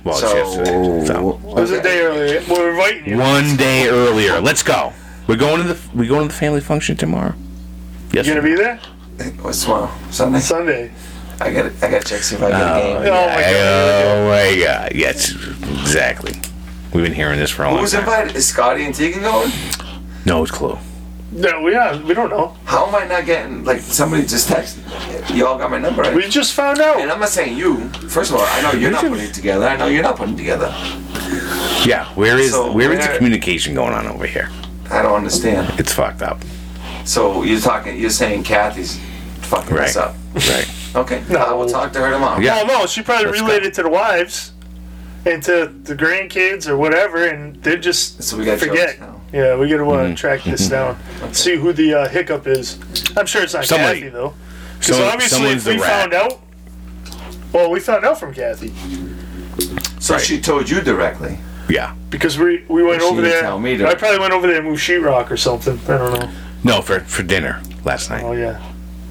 Speaker 3: Well,
Speaker 4: So,
Speaker 3: it's yesterday. So.
Speaker 2: It was a day earlier. We're inviting you.
Speaker 3: One day earlier. Let's go. We're going to the we going to the family function tomorrow. Yes.
Speaker 2: You gonna be there?
Speaker 4: What's tomorrow? Sunday.
Speaker 2: Sunday.
Speaker 4: I got. I got to check see if I get a game.
Speaker 2: Oh my God.
Speaker 3: Oh my god. Yes. Exactly. We've been hearing this for a long
Speaker 4: Who's
Speaker 3: time.
Speaker 4: invited? Is Scotty and Tegan going?
Speaker 3: No, it's Clue.
Speaker 2: No, we are. We don't know.
Speaker 4: How am I not getting like somebody just texted? Y'all got my number. right?
Speaker 2: We just found
Speaker 4: And
Speaker 2: out.
Speaker 4: I'm not saying you. First of all, I know you're not putting it together. I know you're not putting it together.
Speaker 3: Yeah. Where is
Speaker 4: So
Speaker 3: where is the
Speaker 4: where-
Speaker 3: communication going on over here?
Speaker 4: I don't understand.
Speaker 3: It's fucked up.
Speaker 4: So you're talking. You're saying Kathy's fucking
Speaker 3: Right.
Speaker 4: this up.
Speaker 3: Right.
Speaker 4: Okay. I will talk to her tomorrow.
Speaker 3: Yeah.
Speaker 2: Oh no, she probably
Speaker 3: Let's go.
Speaker 2: related to the wives and to the grandkids or whatever, and they just
Speaker 4: So we got
Speaker 2: forget.
Speaker 4: jokes now.
Speaker 2: Yeah, we gotta
Speaker 3: Mm-hmm.
Speaker 2: want to track this down. See who the uh, hiccup is. I'm sure it's not
Speaker 3: Somebody.
Speaker 2: Kathy though, because
Speaker 3: Someone-
Speaker 2: obviously if
Speaker 3: someone's the
Speaker 2: we
Speaker 3: rat.
Speaker 2: found out. Well, we found out from Kathy
Speaker 4: So
Speaker 3: Right.
Speaker 4: she told you directly.
Speaker 3: Yeah.
Speaker 2: because we we went
Speaker 4: She
Speaker 2: over
Speaker 4: didn't
Speaker 2: there.
Speaker 4: tell me to-
Speaker 2: I probably went over there and moved sheetrock or something. I don't know.
Speaker 3: No, for for dinner last
Speaker 2: Oh
Speaker 3: night.
Speaker 2: yeah,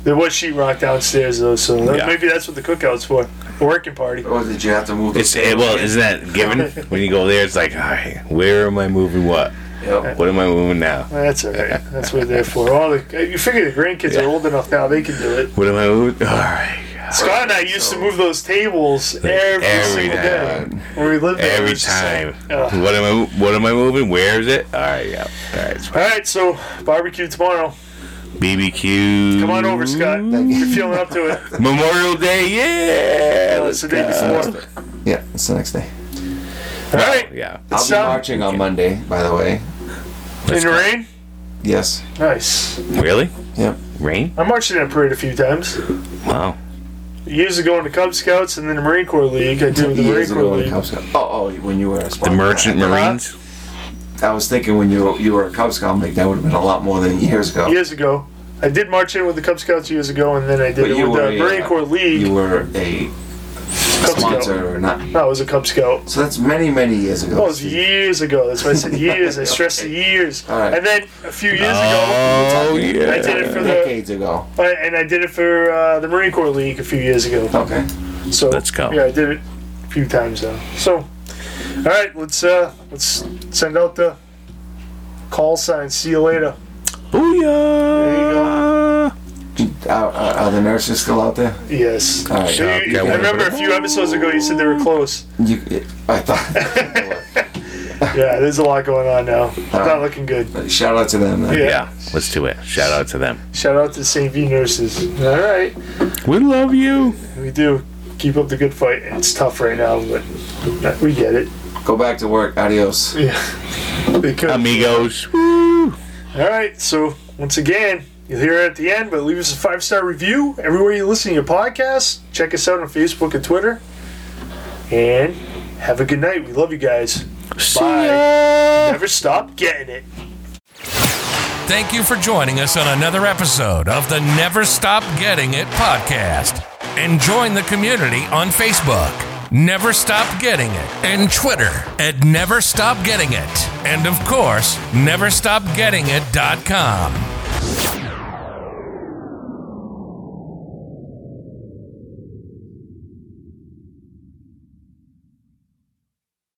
Speaker 2: there was sheetrock downstairs though, so that-
Speaker 3: Yeah.
Speaker 2: maybe that's what the cookout's for. A working party.
Speaker 4: Or did you have to move? the
Speaker 3: It's eh,
Speaker 4: table?
Speaker 3: well, isn't that given? When you go there, it's like, all right, where am I moving? What?
Speaker 2: Uh,
Speaker 4: Yep.
Speaker 3: What am I moving now?
Speaker 2: That's all right. That's what they're for. All the you figure the grandkids are old enough now; they can do it.
Speaker 3: What am I moving? All right.
Speaker 2: Scott and I used to move those tables every,
Speaker 3: every
Speaker 2: single day
Speaker 3: time.
Speaker 2: when we lived there. It
Speaker 3: Every
Speaker 2: was just
Speaker 3: time.
Speaker 2: like, ugh.
Speaker 3: What am I? What am I moving? Where is it? All right, yeah. All right. it's fine.
Speaker 2: all right, so barbecue tomorrow.
Speaker 3: BBQ.
Speaker 2: Come on over, Scott. You're feeling up to it.
Speaker 3: Memorial Day. Yeah.
Speaker 2: It's the day before.
Speaker 4: Yeah, it's the next day.
Speaker 2: All right.
Speaker 3: Yeah.
Speaker 4: I'll be
Speaker 2: So-
Speaker 4: marching on Monday, by the way.
Speaker 2: In the rain?
Speaker 4: Yes.
Speaker 2: Nice.
Speaker 3: Really?
Speaker 4: Yep.
Speaker 3: Rain?
Speaker 2: I marched in a parade a few times.
Speaker 3: Wow.
Speaker 2: Years ago in the Cub Scouts and then the Marine Corps League. I did with the Marine
Speaker 4: Years ago
Speaker 2: Corps
Speaker 4: when it
Speaker 2: League.
Speaker 4: comes- Oh, oh, when you were a
Speaker 3: The Merchant Marines?
Speaker 4: I was thinking when you were, you were a Cub Scout, like that would have been a lot more than years ago.
Speaker 2: Years ago. I did march in with the Cub Scouts years ago and then I
Speaker 4: But
Speaker 2: did it
Speaker 4: you
Speaker 2: with
Speaker 4: were
Speaker 2: the Marine
Speaker 4: a-
Speaker 2: Corps League.
Speaker 4: You were a
Speaker 2: Cub Scout.
Speaker 4: sponsor or not.
Speaker 2: No, I was a Cub Scout.
Speaker 4: So that's many, many years ago.
Speaker 2: That was years ago. That's why I said years. I stressed the years.
Speaker 4: All right.
Speaker 2: And then a few years ago,
Speaker 3: Oh,
Speaker 2: I did it
Speaker 3: yeah.
Speaker 2: for the
Speaker 4: Decades ago.
Speaker 2: I, and I did it for uh, the Marine Corps League a few years ago.
Speaker 4: Okay.
Speaker 2: So
Speaker 3: Let's go.
Speaker 2: Yeah, I did it a few times now. So, all right, let's uh, let's send out the call sign. See you later.
Speaker 3: Booyah!
Speaker 4: Are, are, are the nurses still out there?
Speaker 2: Yes.
Speaker 4: All right.
Speaker 2: So you-
Speaker 3: Okay,
Speaker 2: I
Speaker 3: whatever.
Speaker 2: remember a few episodes ago you said they were close.
Speaker 4: You, I thought.
Speaker 2: Yeah, there's a lot going on now. Not looking good.
Speaker 4: Shout out to them. Then.
Speaker 2: Yeah.
Speaker 3: Yeah, let's do it. Shout out to them.
Speaker 2: Shout out to St. V nurses. All right.
Speaker 3: We love you.
Speaker 2: We do keep up the good fight. It's tough right now, but we get it.
Speaker 4: Go back to work. Adios.
Speaker 2: Yeah. They could.
Speaker 3: Um, Amigos. Woo.
Speaker 2: All right. So once again, you'll hear it at the end, but leave us a five star review everywhere you listen to your podcast. Check us out on Facebook and Twitter. And have a good night. We love you guys.
Speaker 3: See
Speaker 2: Bye.
Speaker 3: ya.
Speaker 2: Never stop getting it.
Speaker 1: Thank you for joining us on another episode of the Never Stop Getting It podcast. And join the community on Facebook, Never Stop Getting It, and Twitter at Never Stop Getting It. And of course, neverstopgettingit.com.